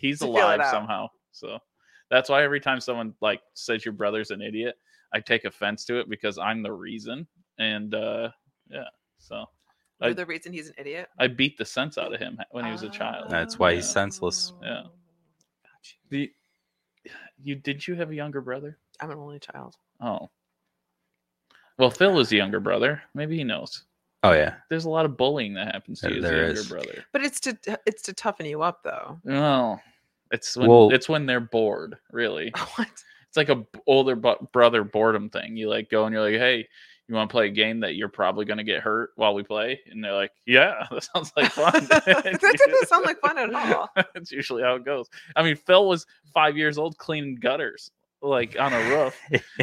Speaker 1: he's
Speaker 3: To feel it
Speaker 1: alive
Speaker 3: out.
Speaker 1: somehow. So that's why every time someone like says your brother's an idiot, I take offense to it because I'm the reason. And uh yeah, so
Speaker 3: You're
Speaker 1: I-
Speaker 3: the reason he's an idiot.
Speaker 1: I beat the sense out of him when he was a
Speaker 3: Oh.
Speaker 1: child.
Speaker 2: That's why he's
Speaker 1: Yeah.
Speaker 2: senseless.
Speaker 1: Yeah.
Speaker 3: Gotcha.
Speaker 1: The, you did you have a younger brother?
Speaker 3: I'm an only child.
Speaker 1: Oh, well, Phil is a younger brother. Maybe he knows.
Speaker 2: Oh yeah,
Speaker 1: There's a lot of bullying that happens to
Speaker 2: There-
Speaker 1: you as a
Speaker 2: there
Speaker 1: younger
Speaker 2: is.
Speaker 1: brother.
Speaker 3: But it's to it's to toughen you up though.
Speaker 1: No, it's when
Speaker 2: Well-
Speaker 1: it's when they're bored. Really,
Speaker 3: what?
Speaker 1: it's like a b- older bu- brother boredom thing. You like go and you're like, hey, you want to play a game that you're probably gonna get hurt while we play? And they're like, yeah, that sounds like fun.
Speaker 3: that doesn't sound like fun at all.
Speaker 1: That's usually how it goes. I mean, Phil was five years old cleaning gutters like on a roof.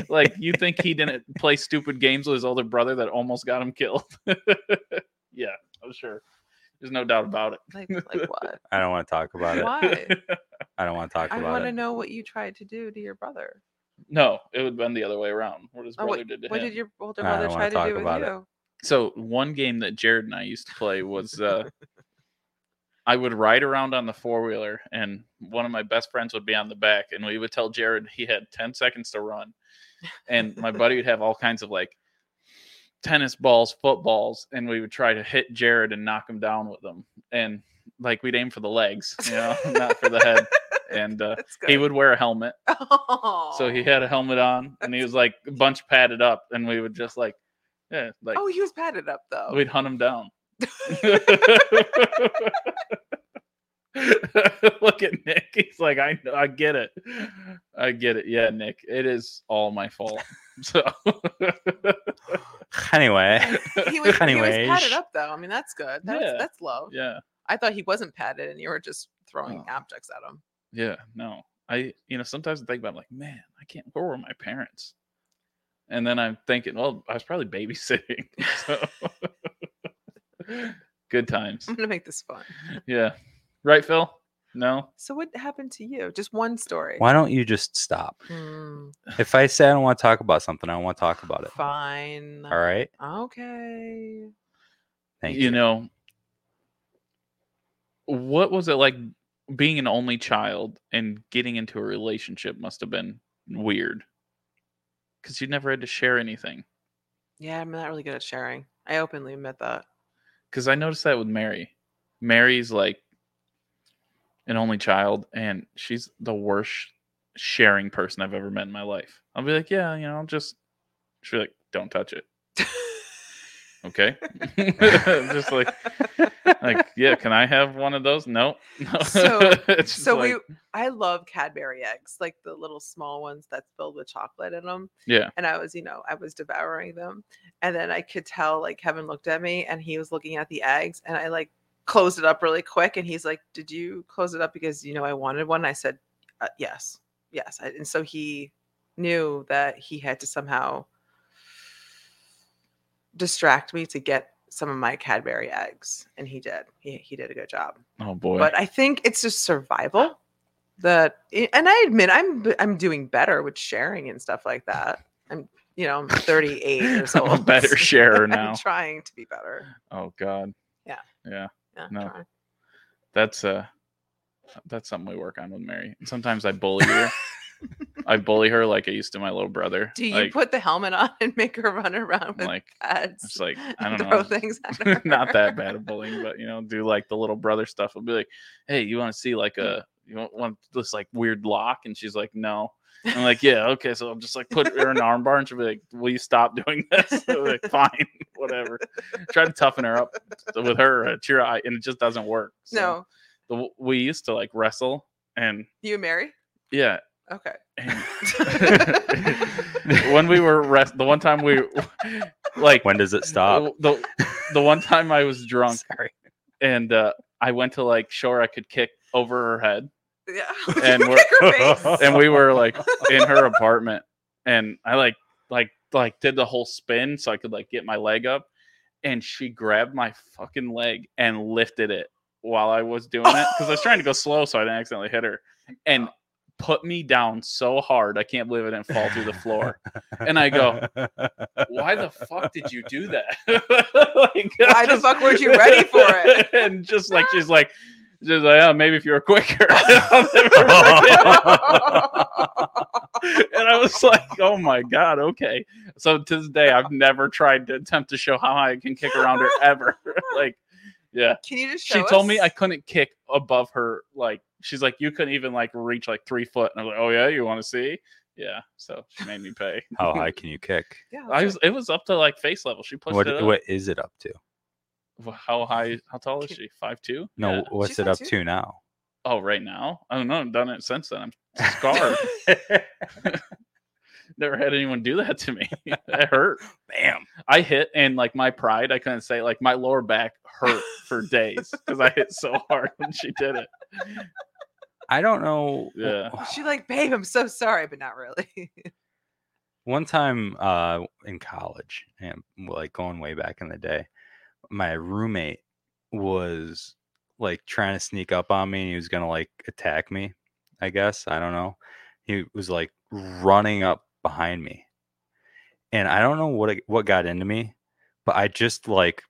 Speaker 1: like you think he didn't play stupid games with his older brother that almost got him killed? yeah, I'm sure. There's no doubt about it.
Speaker 3: Like like what?
Speaker 2: I don't want to talk about it.
Speaker 3: Why?
Speaker 2: I don't want to talk
Speaker 3: I
Speaker 2: about
Speaker 3: want to
Speaker 2: it.
Speaker 3: know what you tried to do to your brother.
Speaker 1: No, it would have been the other way around. What his
Speaker 3: Oh,
Speaker 1: brother did to
Speaker 3: What
Speaker 1: him.
Speaker 3: did your older
Speaker 2: I
Speaker 3: brother
Speaker 2: don't
Speaker 3: try
Speaker 2: wanna
Speaker 3: to
Speaker 2: talk
Speaker 3: do with
Speaker 2: about it.
Speaker 3: you?
Speaker 1: So one game that Jared and I used to play was uh I would ride around on the four wheeler and one of my best friends would be on the back and we would tell Jared he had 10 seconds to run. And my buddy would have all kinds of like tennis balls, footballs, and we would try to hit Jared and knock him down with them. And like we'd aim for the legs, you know, not for the head. And uh,
Speaker 3: That's
Speaker 1: he
Speaker 3: good.
Speaker 1: would wear a helmet.
Speaker 3: Oh.
Speaker 1: So he had a helmet on and he was like a bunch padded up. And we would just like, yeah, like
Speaker 3: oh, he was padded up though.
Speaker 1: we'd hunt him down. Look at Nick. He's like, I know, I get it. I get it. Yeah, Nick, it is all my fault. So
Speaker 2: Anyway,
Speaker 3: he was, he
Speaker 2: Anyways.
Speaker 3: was padded up though. I mean, that's good. That's
Speaker 1: Yeah.
Speaker 3: that's love.
Speaker 1: yeah,
Speaker 3: I thought he wasn't padded, and you were just throwing
Speaker 1: Oh.
Speaker 3: objects at him.
Speaker 1: yeah, no. I you know sometimes I think about it, like, man, I can't. Where were my parents? And then I'm thinking, well, I was probably babysitting. So. Good times.
Speaker 3: I'm gonna make this fun.
Speaker 1: Yeah. Right, Phil? No.
Speaker 3: So what happened to you? Just one story.
Speaker 2: why don't you just stop?
Speaker 3: Hmm,
Speaker 2: If I say I don't want to talk about something, I don't want to talk about it.
Speaker 3: Fine.
Speaker 2: All right.
Speaker 3: Okay.
Speaker 2: Thank
Speaker 1: you,
Speaker 2: you.
Speaker 1: know what was it like being an only child and getting into a relationship must have been weird because you never had to share anything
Speaker 3: Yeah, I'm not really good at sharing. I openly admit that.
Speaker 1: because i noticed that with mary mary's like an only child and she's the worst sh- sharing person i've ever met in my life i'll be like yeah you know just she'll be like don't touch it okay just like like yeah can i have one of those no no
Speaker 3: So-
Speaker 1: It's just
Speaker 3: so
Speaker 1: like-
Speaker 3: we I love Cadbury eggs, like the little small ones that's filled with chocolate in them.
Speaker 1: Yeah.
Speaker 3: And I was, you know, I was devouring them. And then I could tell like Kevin looked at me and he was looking at the eggs and I like closed it up really quick and he's like, "Did you close it up because you know I wanted one?" I said, uh, "Yes." Yes. I, and so he knew that he had to somehow distract me to get some of my Cadbury eggs and he did. He he did a good job
Speaker 1: Oh boy.
Speaker 3: but I think it's just survival that and I admit I'm b- I'm doing better with sharing and stuff like that. I'm you know, I'm 38 years
Speaker 1: I'm
Speaker 3: old.
Speaker 1: a better sharer
Speaker 3: I'm
Speaker 1: now.
Speaker 3: trying to be better.
Speaker 1: oh god.
Speaker 3: Yeah.
Speaker 1: Yeah.
Speaker 3: Yeah,
Speaker 1: No.
Speaker 3: trying.
Speaker 1: That's uh that's something we work on with Mary. And sometimes I bully her. I bully her like I used to my little brother.
Speaker 3: Do you
Speaker 1: like,
Speaker 3: put the helmet on and make her run around
Speaker 1: I'm
Speaker 3: with
Speaker 1: like
Speaker 3: pads?
Speaker 1: it's like,
Speaker 3: and
Speaker 1: I don't
Speaker 3: throw
Speaker 1: know.
Speaker 3: things at her.
Speaker 1: not that bad at bullying, but you know, do like the little brother stuff. I'll be like, Hey, you want to see
Speaker 3: Mm.
Speaker 1: like a you want, want this like weird lock? And she's like, No. I'm like, yeah, okay. So I'm just like put her in an arm bar and she'll be like, Will you stop doing this? I'm like, Fine, whatever. Try to toughen her up with her, uh, cheer eye, and it just doesn't work. So.
Speaker 3: No,
Speaker 1: the, we used to like wrestle and
Speaker 3: you and Mary?
Speaker 1: yeah
Speaker 3: Okay.
Speaker 1: and when we were rest the one time we like
Speaker 2: When does it stop?
Speaker 1: the, the one time i was drunk
Speaker 2: Sorry.
Speaker 1: and uh, i went to like show her i could kick over her head
Speaker 3: Yeah.
Speaker 1: And
Speaker 3: Look
Speaker 1: we're-
Speaker 3: at her face.
Speaker 1: and we were like in her apartment and i like like like did the whole spin so i could like get my leg up and she grabbed my fucking leg and lifted it while i was doing it because i was trying to go slow so i didn't accidentally hit her and put me down so hard i can't believe i didn't fall through the floor and I go, why the fuck did you do that Like, I
Speaker 3: Why the fuck weren't you ready for it?
Speaker 1: and just like she's like just like oh, maybe if you were quicker and I was like, "Oh my god, okay." So to this day, I've never tried to attempt to show how high I can kick around her ever. like, yeah,
Speaker 3: Can you just
Speaker 1: she
Speaker 3: show
Speaker 1: told me
Speaker 3: us?
Speaker 1: I couldn't kick above her. Like, she's like, "You couldn't even like reach like three foot." And I'm like, "Oh yeah, you want to see?" Yeah. So she made me pay.
Speaker 2: How high can you kick?
Speaker 3: Yeah,
Speaker 1: I
Speaker 3: let's
Speaker 1: was. It was up to like face level. She pushed
Speaker 2: What
Speaker 1: it. Up.
Speaker 2: what is it up to?
Speaker 1: How high? How tall is she? Five two?
Speaker 2: No, what's
Speaker 3: She's
Speaker 2: it
Speaker 3: not
Speaker 2: up
Speaker 3: too-
Speaker 2: to now?
Speaker 1: Oh, right now? I don't know. I've done it since then. I'm
Speaker 3: show
Speaker 1: scarred.
Speaker 3: it.
Speaker 1: Never had anyone do that to me. it hurt.
Speaker 2: Bam.
Speaker 1: I hit and like my pride, I couldn't say like my lower back hurt for days because I hit so hard when she did it.
Speaker 2: I don't know.
Speaker 1: Yeah.
Speaker 3: She's like, babe, I'm so sorry, but not really.
Speaker 2: one time uh in college and like going way back in the day my roommate was like trying to sneak up on me and he was gonna like attack me i guess i don't know he was like running up behind me and i don't know what it- what got into me but i just like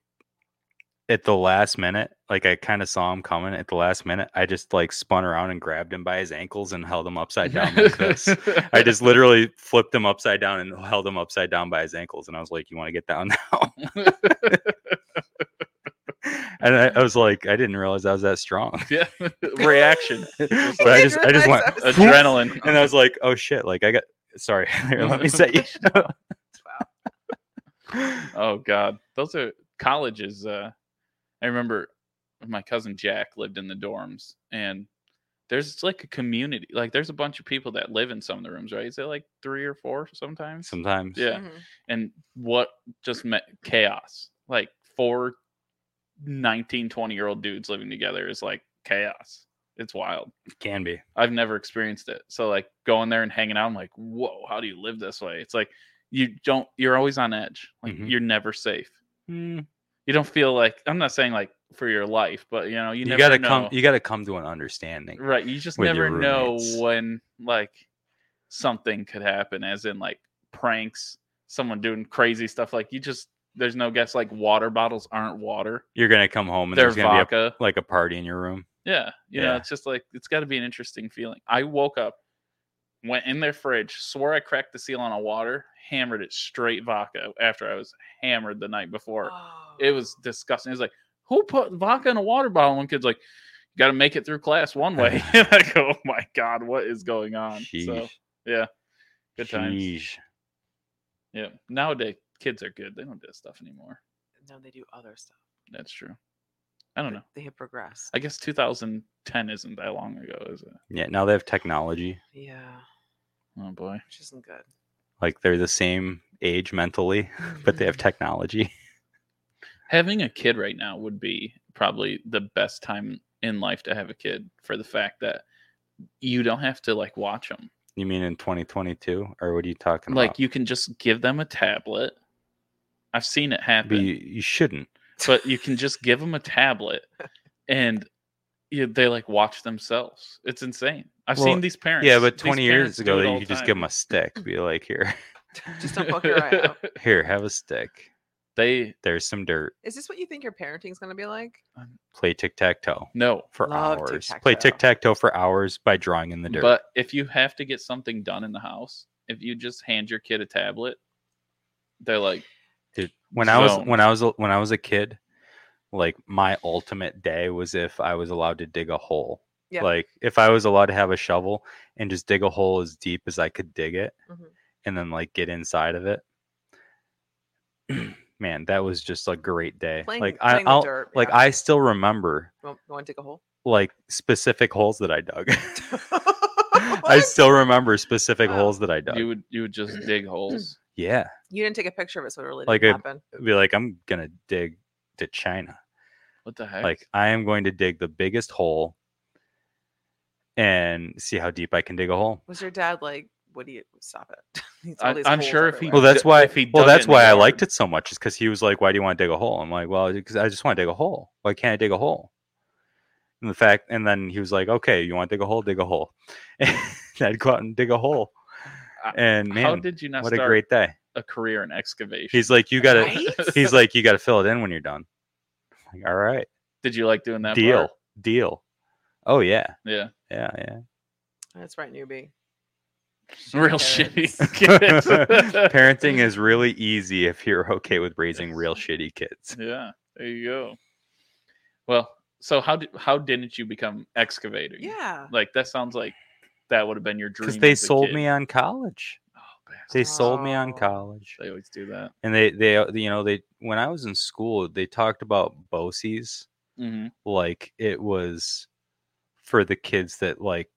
Speaker 2: at the last minute, like I kind of saw him coming at the last minute. I just like spun around and grabbed him by his ankles and held him upside down like this. I just literally flipped him upside down and held him upside down by his ankles. And I was like, You want to get down now? and I, I was like, I didn't realize I was that strong.
Speaker 1: yeah. Reaction.
Speaker 2: but I just, I just went,
Speaker 3: I was-
Speaker 1: Adrenaline.
Speaker 2: and I was like, Oh shit, like I got, sorry, Here, let me set you.
Speaker 1: Oh God, those are colleges. Uh, I remember my cousin Jack lived in the dorms, and there's like a community. Like there's a bunch of people that live in some of the rooms, right? Is it like three or four sometimes?
Speaker 2: Sometimes.
Speaker 1: Yeah.
Speaker 3: Mhm.
Speaker 1: And what just meant chaos? Like four 19, 20 year old dudes living together is like chaos. It's wild.
Speaker 2: Can be.
Speaker 1: I've never experienced it. So like going there and hanging out, I'm like, whoa, how do you live this way? It's like you don't. You're always on edge. Like
Speaker 2: Mhm.
Speaker 1: you're never safe Hmm, you don't feel like I'm not saying like for your life, but you know, you,
Speaker 2: You,
Speaker 1: never
Speaker 2: gotta
Speaker 1: know.
Speaker 2: come you gotta come to an understanding.
Speaker 1: right. You just
Speaker 2: with your
Speaker 1: never know
Speaker 2: roommates.
Speaker 1: when like something could happen, as in like pranks, someone doing crazy stuff. Like you just there's no guess. Like water bottles aren't water;
Speaker 2: You're gonna come home and
Speaker 1: they're
Speaker 2: there's gonna be
Speaker 1: vodka.
Speaker 2: a, like a party in your room.
Speaker 1: yeah, you know,
Speaker 2: Yeah.
Speaker 1: it's just like it's got to be an interesting feeling. I woke up, went in their fridge, swore I cracked the seal on a water, hammered it straight vodka after I was hammered the night before.
Speaker 3: Oh.
Speaker 1: it was disgusting. It was like, who put vodka in a water bottle? One kid's like, you got to make it through class one way. and I go, oh my God, what is going on? So,
Speaker 2: Sheesh.
Speaker 1: yeah, good times.
Speaker 2: Sheesh.
Speaker 1: Yeah. Nowadays, kids are good. They don't do that stuff anymore.
Speaker 3: No, they do other stuff.
Speaker 1: That's true. I don't know.
Speaker 3: They have progressed.
Speaker 1: I guess 2010 isn't that long ago, is it?
Speaker 2: Yeah, now they have technology.
Speaker 3: Yeah,
Speaker 1: Oh boy.
Speaker 3: which isn't good.
Speaker 2: Like they're the same age mentally, but they
Speaker 1: Mm.
Speaker 2: have technology.
Speaker 1: Having a kid right now would be probably the best time in life to have a kid for the fact that you don't have to like watch them.
Speaker 2: You mean in 2022, or what are you talking
Speaker 1: like
Speaker 2: about?
Speaker 1: you can just give them a tablet i've seen it happen
Speaker 2: but
Speaker 1: but
Speaker 2: you,
Speaker 1: you,
Speaker 2: you shouldn't.
Speaker 1: can just give them a tablet and you, they like watch themselves it's insane i've
Speaker 2: Well,
Speaker 1: seen these parents
Speaker 2: Yeah, but
Speaker 1: these
Speaker 2: 20
Speaker 1: parents
Speaker 2: years
Speaker 1: do
Speaker 2: ago,
Speaker 1: it
Speaker 2: you
Speaker 1: all
Speaker 2: could
Speaker 1: the
Speaker 2: just give
Speaker 1: time.
Speaker 2: them a stick. Be like, here,
Speaker 3: Just don't fuck your eye out.
Speaker 2: here, have a stick.
Speaker 1: they
Speaker 2: There's some dirt.
Speaker 3: Is this what you think your parenting's gonna be like?
Speaker 2: Play tic tac toe
Speaker 1: no
Speaker 2: for
Speaker 3: Love
Speaker 2: hours. Play
Speaker 3: tic-tac-toe.
Speaker 2: tic tac toe for hours by drawing in the dirt.
Speaker 1: but if you have to get something done in the house if you just hand your kid a tablet they're like
Speaker 2: Dude, when I was
Speaker 1: zoned.
Speaker 2: when I was a- when I was a kid, like my ultimate day was if I was allowed to dig a hole.
Speaker 3: Yeah.
Speaker 2: Like if I was allowed to have a shovel and just dig a hole as deep as I could dig it
Speaker 3: Mhm.
Speaker 2: and then like get inside of it. Man, that was just a great day.
Speaker 3: Playing,
Speaker 2: like I
Speaker 3: playing the
Speaker 2: I'll,
Speaker 3: dirt.
Speaker 2: like
Speaker 3: yeah.
Speaker 2: I still remember
Speaker 3: You want, you want to dig a hole?
Speaker 2: like specific holes that I dug. I still remember specific
Speaker 3: Wow.
Speaker 2: holes that I dug.
Speaker 1: you would you would just dig holes
Speaker 2: yeah.
Speaker 3: you didn't take a picture of it, so it really didn't
Speaker 2: Like a-
Speaker 3: happen.
Speaker 2: It'd Be like I'm going to dig to China.
Speaker 1: what the heck
Speaker 2: like i am going to dig the biggest hole and see how deep i can dig a hole
Speaker 3: Was your dad like, "What do you stop it"? He's all
Speaker 1: I,
Speaker 3: these
Speaker 1: i'm
Speaker 3: holes
Speaker 1: sure if he
Speaker 3: everywhere.
Speaker 2: Well, that's why-
Speaker 1: if he
Speaker 2: well
Speaker 1: dug it
Speaker 2: that's
Speaker 1: in the
Speaker 2: why i
Speaker 1: yard-
Speaker 2: liked it so much is because he was like why do you want to dig a hole i'm like well because i just want to dig a hole why can't i dig a hole and the fact and then he was like okay you want to dig a hole dig a hole and i'd go out and dig a hole
Speaker 1: Uh,
Speaker 2: and
Speaker 1: how
Speaker 2: man
Speaker 1: did you not
Speaker 2: what a
Speaker 1: start
Speaker 2: great day
Speaker 1: a career in excavation
Speaker 2: he's like you gotta
Speaker 3: Right?
Speaker 2: he's like you gotta fill it in when you're done I'm like all right
Speaker 1: Did you like doing that?
Speaker 2: deal
Speaker 1: part?
Speaker 2: deal oh yeah
Speaker 1: Yeah.
Speaker 2: yeah yeah
Speaker 3: That's right, newbie.
Speaker 1: Real
Speaker 3: Shitty
Speaker 1: shitty kids.
Speaker 2: Parenting is really easy if you're okay with raising real shitty kids.
Speaker 1: yeah. There you go. Well, so how did how didn't you become excavating?
Speaker 3: Yeah.
Speaker 1: Like that sounds like that would have been your dream.
Speaker 2: Because they
Speaker 1: as a
Speaker 2: sold
Speaker 1: kid.
Speaker 2: me on college.
Speaker 1: Oh,
Speaker 2: They
Speaker 1: bastards.
Speaker 2: sold me on
Speaker 3: Oh.
Speaker 2: college,
Speaker 1: They always do that.
Speaker 2: and they they uh, you know they when I was in school they talked about BOCES
Speaker 1: Mhm.
Speaker 2: like it was for the kids that like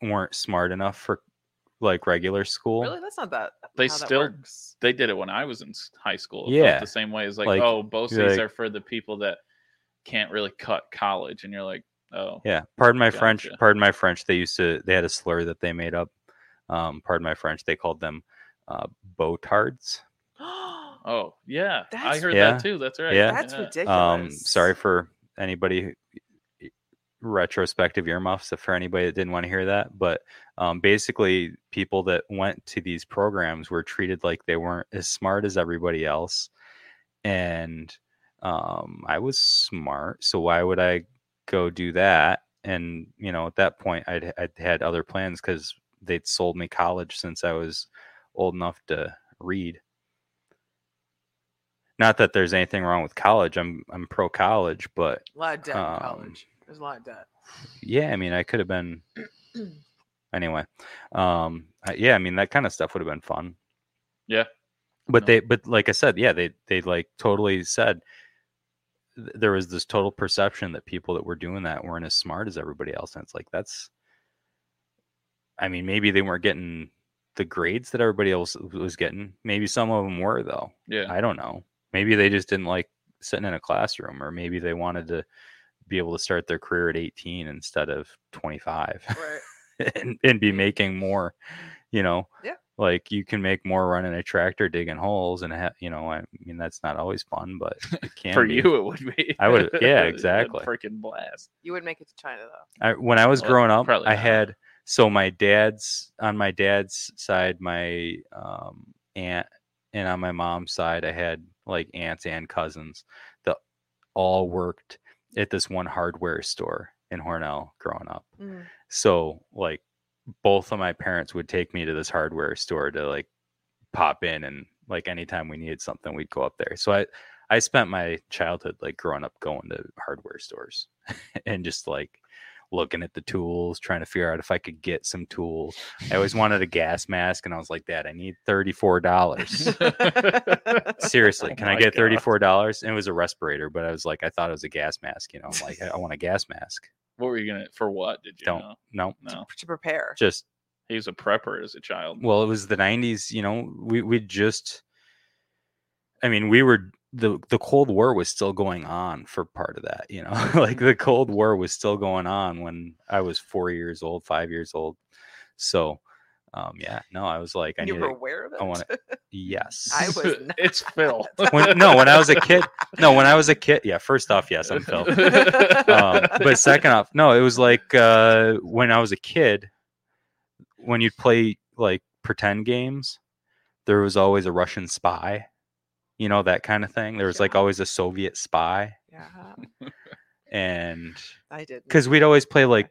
Speaker 2: weren't smart enough for like regular school.
Speaker 3: Really, that's not that.
Speaker 1: They
Speaker 3: how that
Speaker 1: still-
Speaker 3: works.
Speaker 1: They did it when I was in s- high school. It felt
Speaker 2: Yeah.
Speaker 1: The same way as like,
Speaker 2: Like,
Speaker 1: oh, BOCES
Speaker 2: like-
Speaker 1: are for the people that can't really cut college, and you're like, oh,
Speaker 2: Yeah, pardon my French.
Speaker 1: Gotcha.
Speaker 2: Pardon my French. They used to they had a slur that they made up. Um, pardon my French. They called them uh, botards.
Speaker 1: oh, yeah. I
Speaker 3: That's-
Speaker 1: heard
Speaker 2: Yeah.
Speaker 1: that too. That's right.
Speaker 2: Yeah.
Speaker 3: That's ridiculous.
Speaker 2: Um, sorry for anybody who- y- retrospective earmuffs if for anybody that didn't want to hear that but um, basically people that went to these programs were treated like they weren't as smart as everybody else and um, I was smart, so why would I go do that? And you know, at that point, I'd, I'd had other plans because they'd sold me college since I was old enough to read. Not that there's anything wrong with college. I'm I'm pro college, but
Speaker 3: A lot of debt
Speaker 2: Um,
Speaker 3: in college. There's a lot of debt.
Speaker 2: yeah, I mean, I could have been anyway. Um, I- yeah, I mean, that kind of stuff would have been fun.
Speaker 1: Yeah.
Speaker 2: But
Speaker 1: No.
Speaker 2: they, but like I said, yeah, they they like totally said th- there was this total perception that people that were doing that weren't as smart as everybody else, and it's like that's. I mean, maybe they weren't getting the grades that everybody else was getting. Maybe some of them were though.
Speaker 1: Yeah.
Speaker 2: I don't know. Maybe they just didn't like sitting in a classroom, or maybe they wanted to be able to start their career at 18 instead of 25
Speaker 3: right.
Speaker 2: and, and be making more, you know?
Speaker 3: Yeah.
Speaker 2: Like you can make more running a tractor, digging holes, and ha- you know, I mean, that's not always fun, but it can
Speaker 1: For
Speaker 2: be.
Speaker 1: you, it would be.
Speaker 2: I would- yeah,
Speaker 1: A
Speaker 2: exactly.
Speaker 1: Freaking blast.
Speaker 3: You would make it to China though.
Speaker 2: I, when I was
Speaker 1: Well,
Speaker 2: growing up,
Speaker 1: probably
Speaker 2: I
Speaker 1: not.
Speaker 2: had so my dad's on my dad's side, my um, aunt, and on my mom's side, I had like aunts and cousins that all worked at this one hardware store in Hornell growing up. So like both of my parents would take me to this hardware store to like pop in and like anytime we needed something we'd go up there. So I I spent my childhood like growing up going to hardware stores and just like looking at the tools, trying to figure out if I could get some tools. I always wanted a gas mask and I was like, Dad, I need $34. Mm. Seriously,
Speaker 1: Oh
Speaker 2: can I
Speaker 1: my
Speaker 2: get
Speaker 1: God.
Speaker 2: $34? And it was a respirator, but I was like, I thought it was a gas mask, you know, I'm like, I I want a gas mask.
Speaker 1: What were you gonna for? What did you
Speaker 2: Don't.
Speaker 1: know?
Speaker 2: No,
Speaker 1: No,
Speaker 3: To prepare.
Speaker 2: just
Speaker 1: he was a prepper as a child.
Speaker 2: well it was the 90s you know we we just i mean we were the the cold war was still going on for part of that you know like
Speaker 3: Mm-hmm.
Speaker 2: the cold war was still going on when i was 4 years old 5 years old so um yeah no i was like i
Speaker 3: you
Speaker 2: need
Speaker 3: were
Speaker 2: a,
Speaker 3: aware of it.
Speaker 2: I want it. yes
Speaker 3: I was not.
Speaker 1: it's Phil.
Speaker 2: when, no when i was a kid no when i was a kid yeah first off yes i'm phil um, but second off, no, it was like uh, when I was a kid, when you'd play like pretend games, there was always a Russian spy, you know, that kind of thing. There was like
Speaker 3: Yeah.
Speaker 2: always a Soviet spy.
Speaker 3: yeah,
Speaker 2: And
Speaker 3: I did.
Speaker 2: because we'd always play like,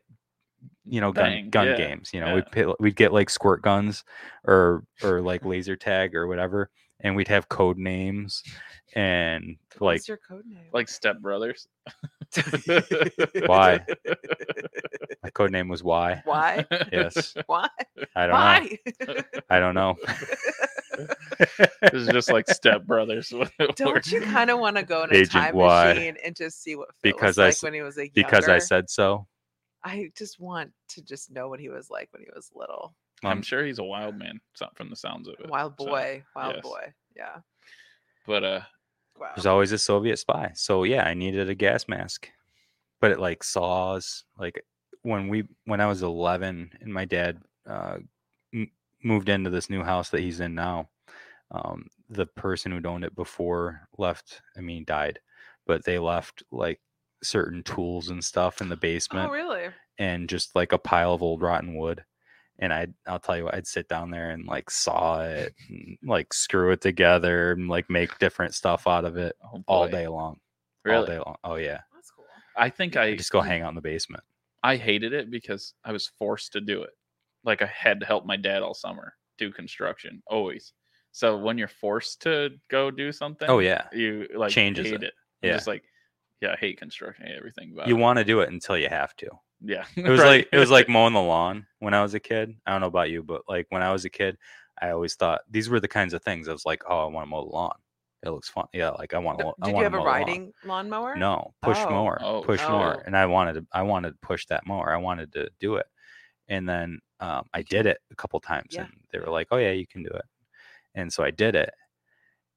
Speaker 2: you know, gun,
Speaker 1: Bang,
Speaker 2: gun
Speaker 1: yeah,
Speaker 2: games, you know,
Speaker 1: yeah.
Speaker 2: we'd, pay, we'd get like squirt guns or, or like laser tag or whatever. And we'd have code names and like,
Speaker 3: What's your code name?
Speaker 1: like Step Brothers.
Speaker 2: why? My code name was why.
Speaker 3: why?
Speaker 2: Yes.
Speaker 3: Why?
Speaker 2: I don't know.
Speaker 3: Why?
Speaker 2: I don't know.
Speaker 1: This is just like Step Brothers.
Speaker 3: Don't you kind of want to go in a
Speaker 2: Agent
Speaker 3: time
Speaker 2: Y.
Speaker 3: machine and just see what Phil
Speaker 2: Because
Speaker 3: was
Speaker 2: I
Speaker 3: like
Speaker 2: s-
Speaker 3: when he was a
Speaker 2: because I
Speaker 3: younger?
Speaker 2: said so.
Speaker 3: I just want to just know what he was like when he was little.
Speaker 1: I'm
Speaker 2: Um,
Speaker 1: sure he's a wild man so- from the sounds of it.
Speaker 3: Wild
Speaker 1: so-
Speaker 3: boy, wild
Speaker 1: yes.
Speaker 3: boy. Yeah.
Speaker 1: but uh,
Speaker 3: Wow.
Speaker 2: There's always a Soviet spy. So yeah, I needed a gas mask. But it like saws like when we when I was 11 and my dad uh, m- moved into this new house that he's in now. Um, the person who owned it before left. I mean, died, but they left like certain tools and stuff in the basement.
Speaker 3: Oh, really?
Speaker 2: and just like a pile of old rotten wood. And I'd, I'll tell you what, I'd sit down there and like saw it, and, like screw it together and like make different stuff out of it
Speaker 1: oh
Speaker 2: all
Speaker 1: boy.
Speaker 2: day long. All
Speaker 1: Really?
Speaker 2: day long. Oh, yeah.
Speaker 3: That's cool.
Speaker 1: I think
Speaker 2: I
Speaker 1: I
Speaker 2: just go hang out in the basement.
Speaker 1: I hated it because I was forced to do it. Like I had to help my dad all summer do construction always. So when you're forced to go do something,
Speaker 2: Oh, yeah.
Speaker 1: you like
Speaker 2: Changes
Speaker 1: hate
Speaker 2: it.
Speaker 1: it. You're
Speaker 2: Yeah.
Speaker 1: just like yeah, I hate construction, I hate everything about
Speaker 2: You
Speaker 1: it.
Speaker 2: want to do it until you have to.
Speaker 1: yeah,
Speaker 2: It was like it was like mowing the lawn when I was a kid. I don't know about you, but like when I was a kid, I always thought these were the kinds of things I was like, oh, I want to mow the lawn. It looks fun. Yeah, like I want to. I
Speaker 3: Did you
Speaker 2: wanna
Speaker 3: have a
Speaker 2: mow the lawn.
Speaker 3: riding lawnmower?
Speaker 2: No, push
Speaker 3: Oh.
Speaker 2: more,
Speaker 1: Oh.
Speaker 2: push
Speaker 3: Oh.
Speaker 2: more. And I wanted to, I wanted to push that more. I wanted to do it. And then um, I did it a couple times
Speaker 3: Yeah.
Speaker 2: and they were like, oh yeah, you can do it. And so I did it.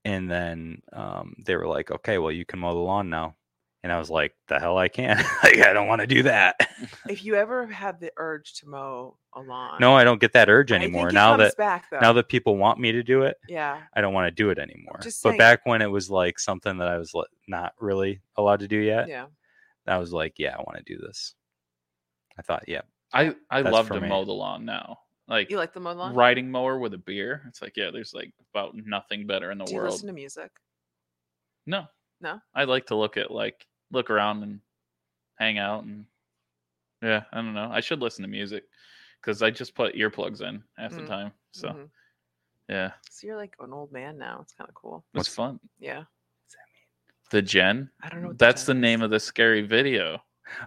Speaker 2: And then um, they were like, okay, well you can mow the lawn now. And I was like, the hell I can. like, I don't want to do that.
Speaker 3: If you ever had the urge to mow a lawn,
Speaker 2: no, I don't get that urge
Speaker 3: I think
Speaker 2: anymore.
Speaker 3: it
Speaker 2: Now
Speaker 3: comes
Speaker 2: that
Speaker 3: back though.
Speaker 2: now that people want me to do it,
Speaker 3: yeah,
Speaker 2: I don't want to do it anymore.
Speaker 3: just
Speaker 2: But
Speaker 3: saying.
Speaker 2: back when it was like something that I was like, not really allowed to do yet,
Speaker 3: yeah,
Speaker 2: I was like, yeah, I want to do this. I thought, yeah,
Speaker 1: I I
Speaker 2: That's
Speaker 1: love
Speaker 2: for
Speaker 1: to
Speaker 2: me.
Speaker 1: mow the lawn now. Like,
Speaker 3: you like the mow lawn?
Speaker 1: riding mower with a beer. It's like yeah, there's like about nothing better in the
Speaker 3: Do you
Speaker 1: world.
Speaker 3: listen to music?
Speaker 1: no,
Speaker 3: No?
Speaker 1: I like to look at like look around and hang out and yeah, I don't know. I should listen to music because I just put earplugs in half the
Speaker 3: Mm.
Speaker 1: time. So
Speaker 3: Mhm.
Speaker 1: yeah,
Speaker 3: So you're like an old man now. It's kind of cool.
Speaker 1: it's
Speaker 2: What's-
Speaker 1: fun.
Speaker 3: Yeah.
Speaker 1: The Gen.
Speaker 3: I don't know. What
Speaker 1: That's the name of the scary video.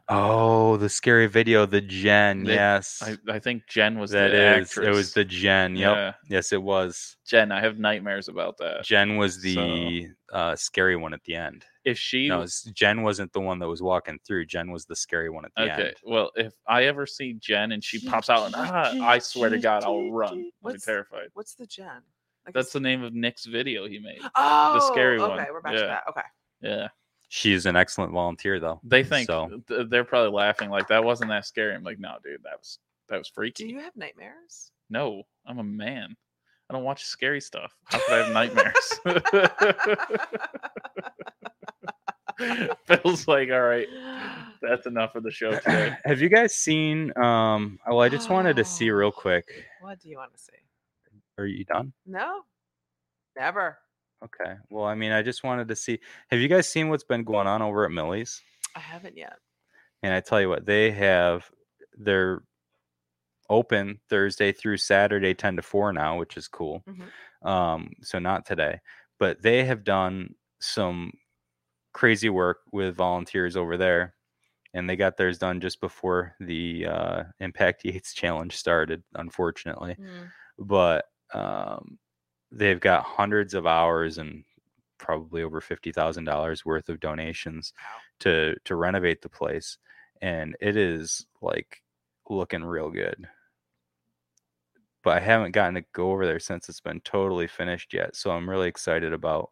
Speaker 2: Oh, the scary video, the Jen.
Speaker 1: They-
Speaker 2: yes,
Speaker 1: I, I think Jen was
Speaker 2: that
Speaker 1: the
Speaker 2: is.
Speaker 1: actress.
Speaker 2: It was the Jen. Yep.
Speaker 1: Yeah.
Speaker 2: Yes, it was.
Speaker 1: Jen. I have nightmares about that.
Speaker 2: Jen was
Speaker 1: So-
Speaker 2: the uh, scary one at the end.
Speaker 1: If she
Speaker 2: No,
Speaker 1: was
Speaker 2: it's- Jen wasn't the one that was walking through. Jen was the scary one at the
Speaker 1: okay,
Speaker 2: end.
Speaker 1: well, if I ever see Jen and she pops out and ah, I swear to God, I'll run. I'll be
Speaker 3: What's-
Speaker 1: terrified.
Speaker 3: What's the gen? Like
Speaker 1: That's
Speaker 3: the
Speaker 1: the name of Nick's video he made.
Speaker 3: oh,
Speaker 1: scary
Speaker 3: okay,
Speaker 1: one.
Speaker 3: Okay, we're back
Speaker 1: Yeah.
Speaker 3: to that. Okay.
Speaker 1: Yeah.
Speaker 2: She is an excellent volunteer, though.
Speaker 1: They think
Speaker 2: So-
Speaker 1: th- they're probably laughing like that wasn't that scary. I'm like, no, dude, that was that was freaky.
Speaker 3: Do you have nightmares?
Speaker 1: No, I'm a man. I don't watch scary stuff. How could I have nightmares? Phil's like, all right, that's enough for the show today.
Speaker 2: Have you guys seen? Um, well, I just wanted to see real
Speaker 3: Oh.
Speaker 2: quick.
Speaker 3: what do you want to see?
Speaker 2: Are you done?
Speaker 3: No, never.
Speaker 2: Okay. Well, I mean, I just wanted to see. Have you guys seen what's been going on over at Millie's?
Speaker 3: I haven't yet.
Speaker 2: And I tell you what, they have they're open Thursday through Saturday, ten to four now, which is cool. Um, so not today, but they have done some crazy work with volunteers over there, and they got theirs done just before the uh, Impact Yates Challenge started. Unfortunately, but um, they've got hundreds of hours and probably over fifty thousand dollars worth of donations
Speaker 3: Wow.
Speaker 2: to to renovate the place, and it is like looking real good. But I haven't gotten to go over there since it's been totally finished yet, so I'm really excited about.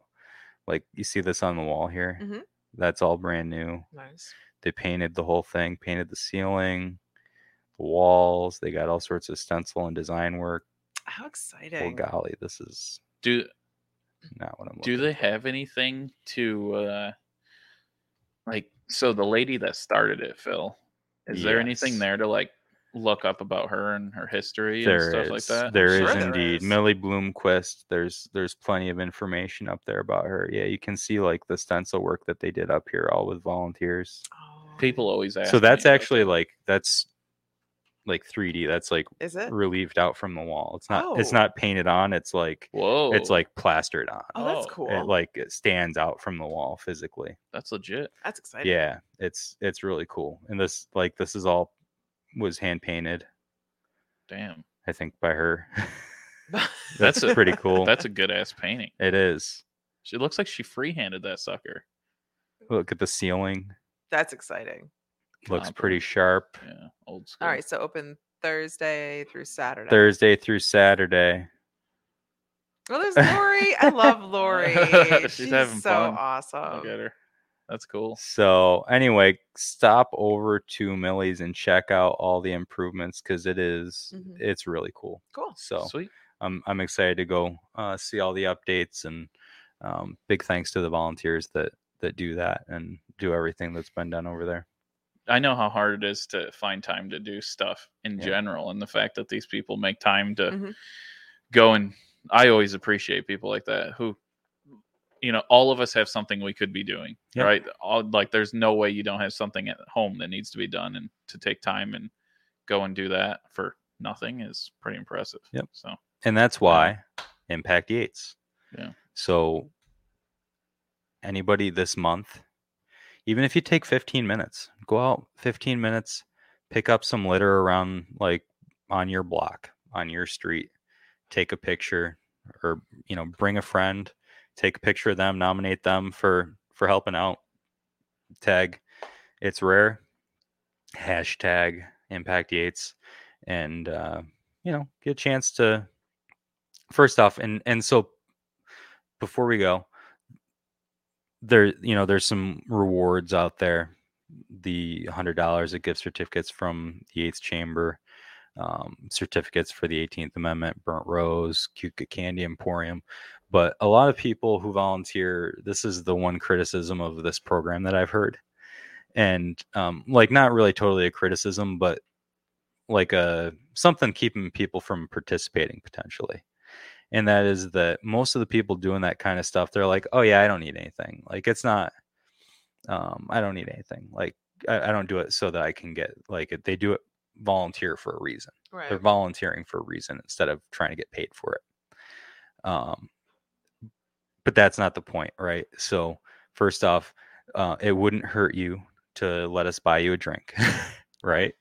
Speaker 2: Like you see this on the wall here,
Speaker 3: Mhm.
Speaker 2: that's all brand new.
Speaker 3: Nice.
Speaker 2: They painted the whole thing, painted the ceiling, the walls. They got all sorts of stencil and design work
Speaker 3: How
Speaker 2: well,
Speaker 3: exciting!
Speaker 2: golly, this is
Speaker 1: Do
Speaker 2: not what I'm looking.
Speaker 1: do they have anything to uh like so the lady that started it, Phil, is there anything
Speaker 2: Yes.
Speaker 1: there to like look up about her and her history
Speaker 2: There
Speaker 1: and stuff like
Speaker 2: is-
Speaker 1: that?
Speaker 2: there
Speaker 1: I'm
Speaker 2: is
Speaker 1: sure is.
Speaker 2: indeed Millie Bloomquist. There's there's plenty of information up there about her. Yeah, you can see like the stencil work that they did up here, all with volunteers.
Speaker 3: Oh,
Speaker 1: People always ask.
Speaker 2: so that's
Speaker 1: me, like,
Speaker 2: actually like that's like 3D. That's like
Speaker 3: is it?
Speaker 2: relieved out from the wall. It's not it's
Speaker 3: Oh.
Speaker 2: not painted on. It's like
Speaker 1: whoa,
Speaker 2: it's like plastered on.
Speaker 3: Oh, that's
Speaker 1: Oh, it,
Speaker 3: cool.
Speaker 2: It like it stands out from the wall physically.
Speaker 1: that's legit.
Speaker 3: that's exciting.
Speaker 2: yeah it's it's really cool and this like this is all was hand painted
Speaker 1: Damn,
Speaker 2: i think by her
Speaker 1: That's
Speaker 2: that's
Speaker 1: a-
Speaker 2: pretty cool
Speaker 1: that's a good ass painting.
Speaker 2: it is
Speaker 1: She looks like she freehanded that sucker.
Speaker 2: look at the ceiling
Speaker 3: that's exciting.
Speaker 2: looks
Speaker 1: Copper.
Speaker 2: pretty sharp
Speaker 1: Yeah, old school.
Speaker 3: All right, so open Thursday through Saturday.
Speaker 2: thursday through saturday
Speaker 3: Well, there's Lori. I love Lori.
Speaker 1: She's
Speaker 3: She's,
Speaker 1: having
Speaker 3: so
Speaker 1: fun.
Speaker 3: awesome.
Speaker 1: Look at her. That's cool.
Speaker 2: so anyway stop over to millie's and check out all the improvements because it is-
Speaker 3: Mhm.
Speaker 2: it's really cool
Speaker 3: Cool.
Speaker 2: so
Speaker 1: Mm-hmm. Sweet.
Speaker 2: I'm I'm excited to go uh, see all the updates and um, big thanks to the volunteers that that do that and do everything that's been done over there.
Speaker 1: I know how hard it is to find time to do stuff in
Speaker 2: Yeah. Mm-hmm.
Speaker 1: general, and the fact that these people make time to
Speaker 3: Mhm.
Speaker 1: go and I always appreciate people like that who, you know, all of us have something we could be doing,
Speaker 2: Yep.
Speaker 1: right? All, like, there's no way you don't have something at home that needs to be done, and to take time and go and do that for nothing is pretty impressive.
Speaker 2: Yep.
Speaker 1: So
Speaker 2: And that's why Impact Yates.
Speaker 1: Yeah.
Speaker 2: So anybody this month, even if you take 15 minutes, go out 15 minutes, pick up some litter around like on your block, on your street, take a picture or you know, bring a friend, take a picture of them, nominate them for for helping out. Tag it's rare. Hashtag impact Yates and uh, you know, get a chance to first off and and so before we go there you know there's some rewards out there the hundred dollars of gift certificates from the eighth chamber um, certificates for the 18th amendment burnt rose cute candy emporium but a lot of people who volunteer this is the one criticism of this program that i've heard and um, like not really totally a criticism but like a something keeping people from participating potentially and that is that most of the people doing that kind of stuff they're like oh yeah i don't need anything like it's not um i don't need anything like i, I don't do it so that i can get like they do it volunteer for a reason
Speaker 3: Right.
Speaker 2: they're volunteering for a reason instead of trying to get paid for it um but that's not the point right so first off uh, it wouldn't hurt you to let us buy you a drink right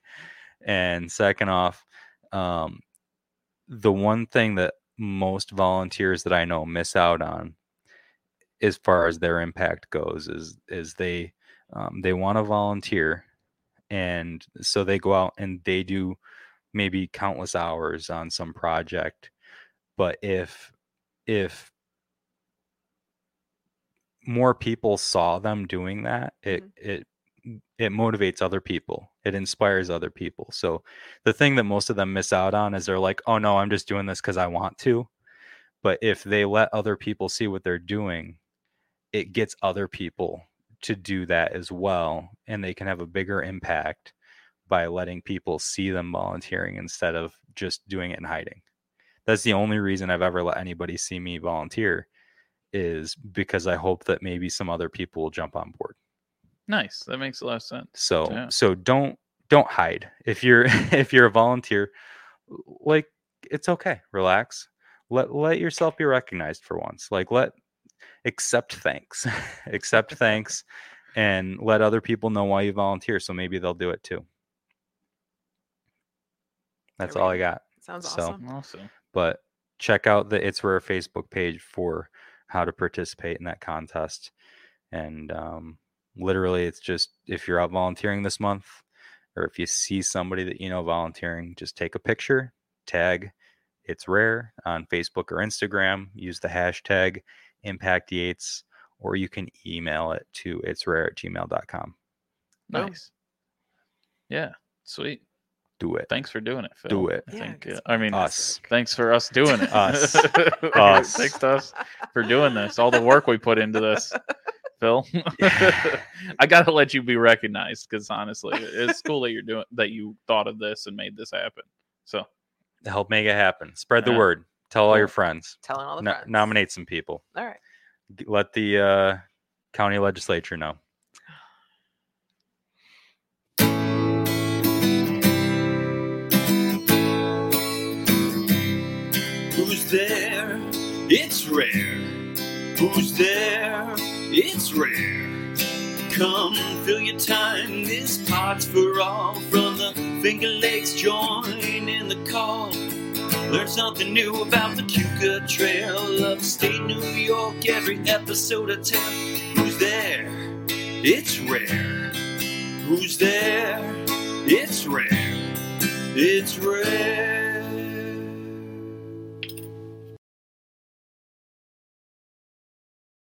Speaker 2: and second off um the one thing that most volunteers that i know miss out on as far as their impact goes is is they um, they want to volunteer and so they go out and they do maybe countless hours on some project but if if more people saw them doing that it
Speaker 3: Mhm.
Speaker 2: it it motivates other people it inspires other people so the thing that most of them miss out on is they're like oh no i'm just doing this because i want to but if they let other people see what they're doing it gets other people to do that as well and they can have a bigger impact by letting people see them volunteering instead of just doing it in hiding that's the only reason i've ever let anybody see me volunteer is because i hope that maybe some other people will jump on board
Speaker 1: Nice. That makes a lot of sense.
Speaker 2: so
Speaker 1: Yeah.
Speaker 2: so don't don't hide if you're if you're a volunteer like it's okay relax let let yourself be recognized for once like let accept thanks accept thanks and let other people know why you volunteer so maybe they'll do it too that's
Speaker 3: we
Speaker 2: all
Speaker 3: go.
Speaker 2: i got
Speaker 3: Sounds
Speaker 2: So-
Speaker 3: awesome.
Speaker 1: Awesome.
Speaker 2: but check out the It's Rare Facebook page for how to participate in that contest. And um, literally, it's just if you're out volunteering this month, or if you see somebody that you know volunteering, just take a picture, tag It's Rare on Facebook or Instagram, use the hashtag Impact Yates, or you can email it to It's Rare at gmail.com.
Speaker 3: Boom.
Speaker 1: Nice. Yeah. Sweet.
Speaker 2: Do it.
Speaker 1: Thanks for doing it, Phil.
Speaker 2: Do it.
Speaker 1: I
Speaker 3: Yeah,
Speaker 1: think.
Speaker 3: good
Speaker 1: uh, I mean,
Speaker 2: Us.
Speaker 1: thanks for us doing it.
Speaker 2: Us.
Speaker 1: Us.
Speaker 2: Us.
Speaker 1: Thanks to us for doing this. All the work we put into this, Phil. I gotta let you be recognized because honestly, it's cool that you're doing that. You thought of this and made this happen. So
Speaker 2: Help make it happen. Spread the
Speaker 1: Yeah.
Speaker 2: word. Tell all your
Speaker 1: Cool.
Speaker 2: friends.
Speaker 3: Telling all the
Speaker 2: No-
Speaker 3: friends.
Speaker 2: nominate some people.
Speaker 3: All right.
Speaker 2: g- let the uh, county legislature know.
Speaker 4: Who's there? It's rare. Who's there? It's rare. Come fill your time. This pot's for all. From the Finger Lakes, join in the call. Learn something new about the Cuca Trail of state New York. Every episode I tell. Who's there? It's rare. Who's there? It's rare. It's rare.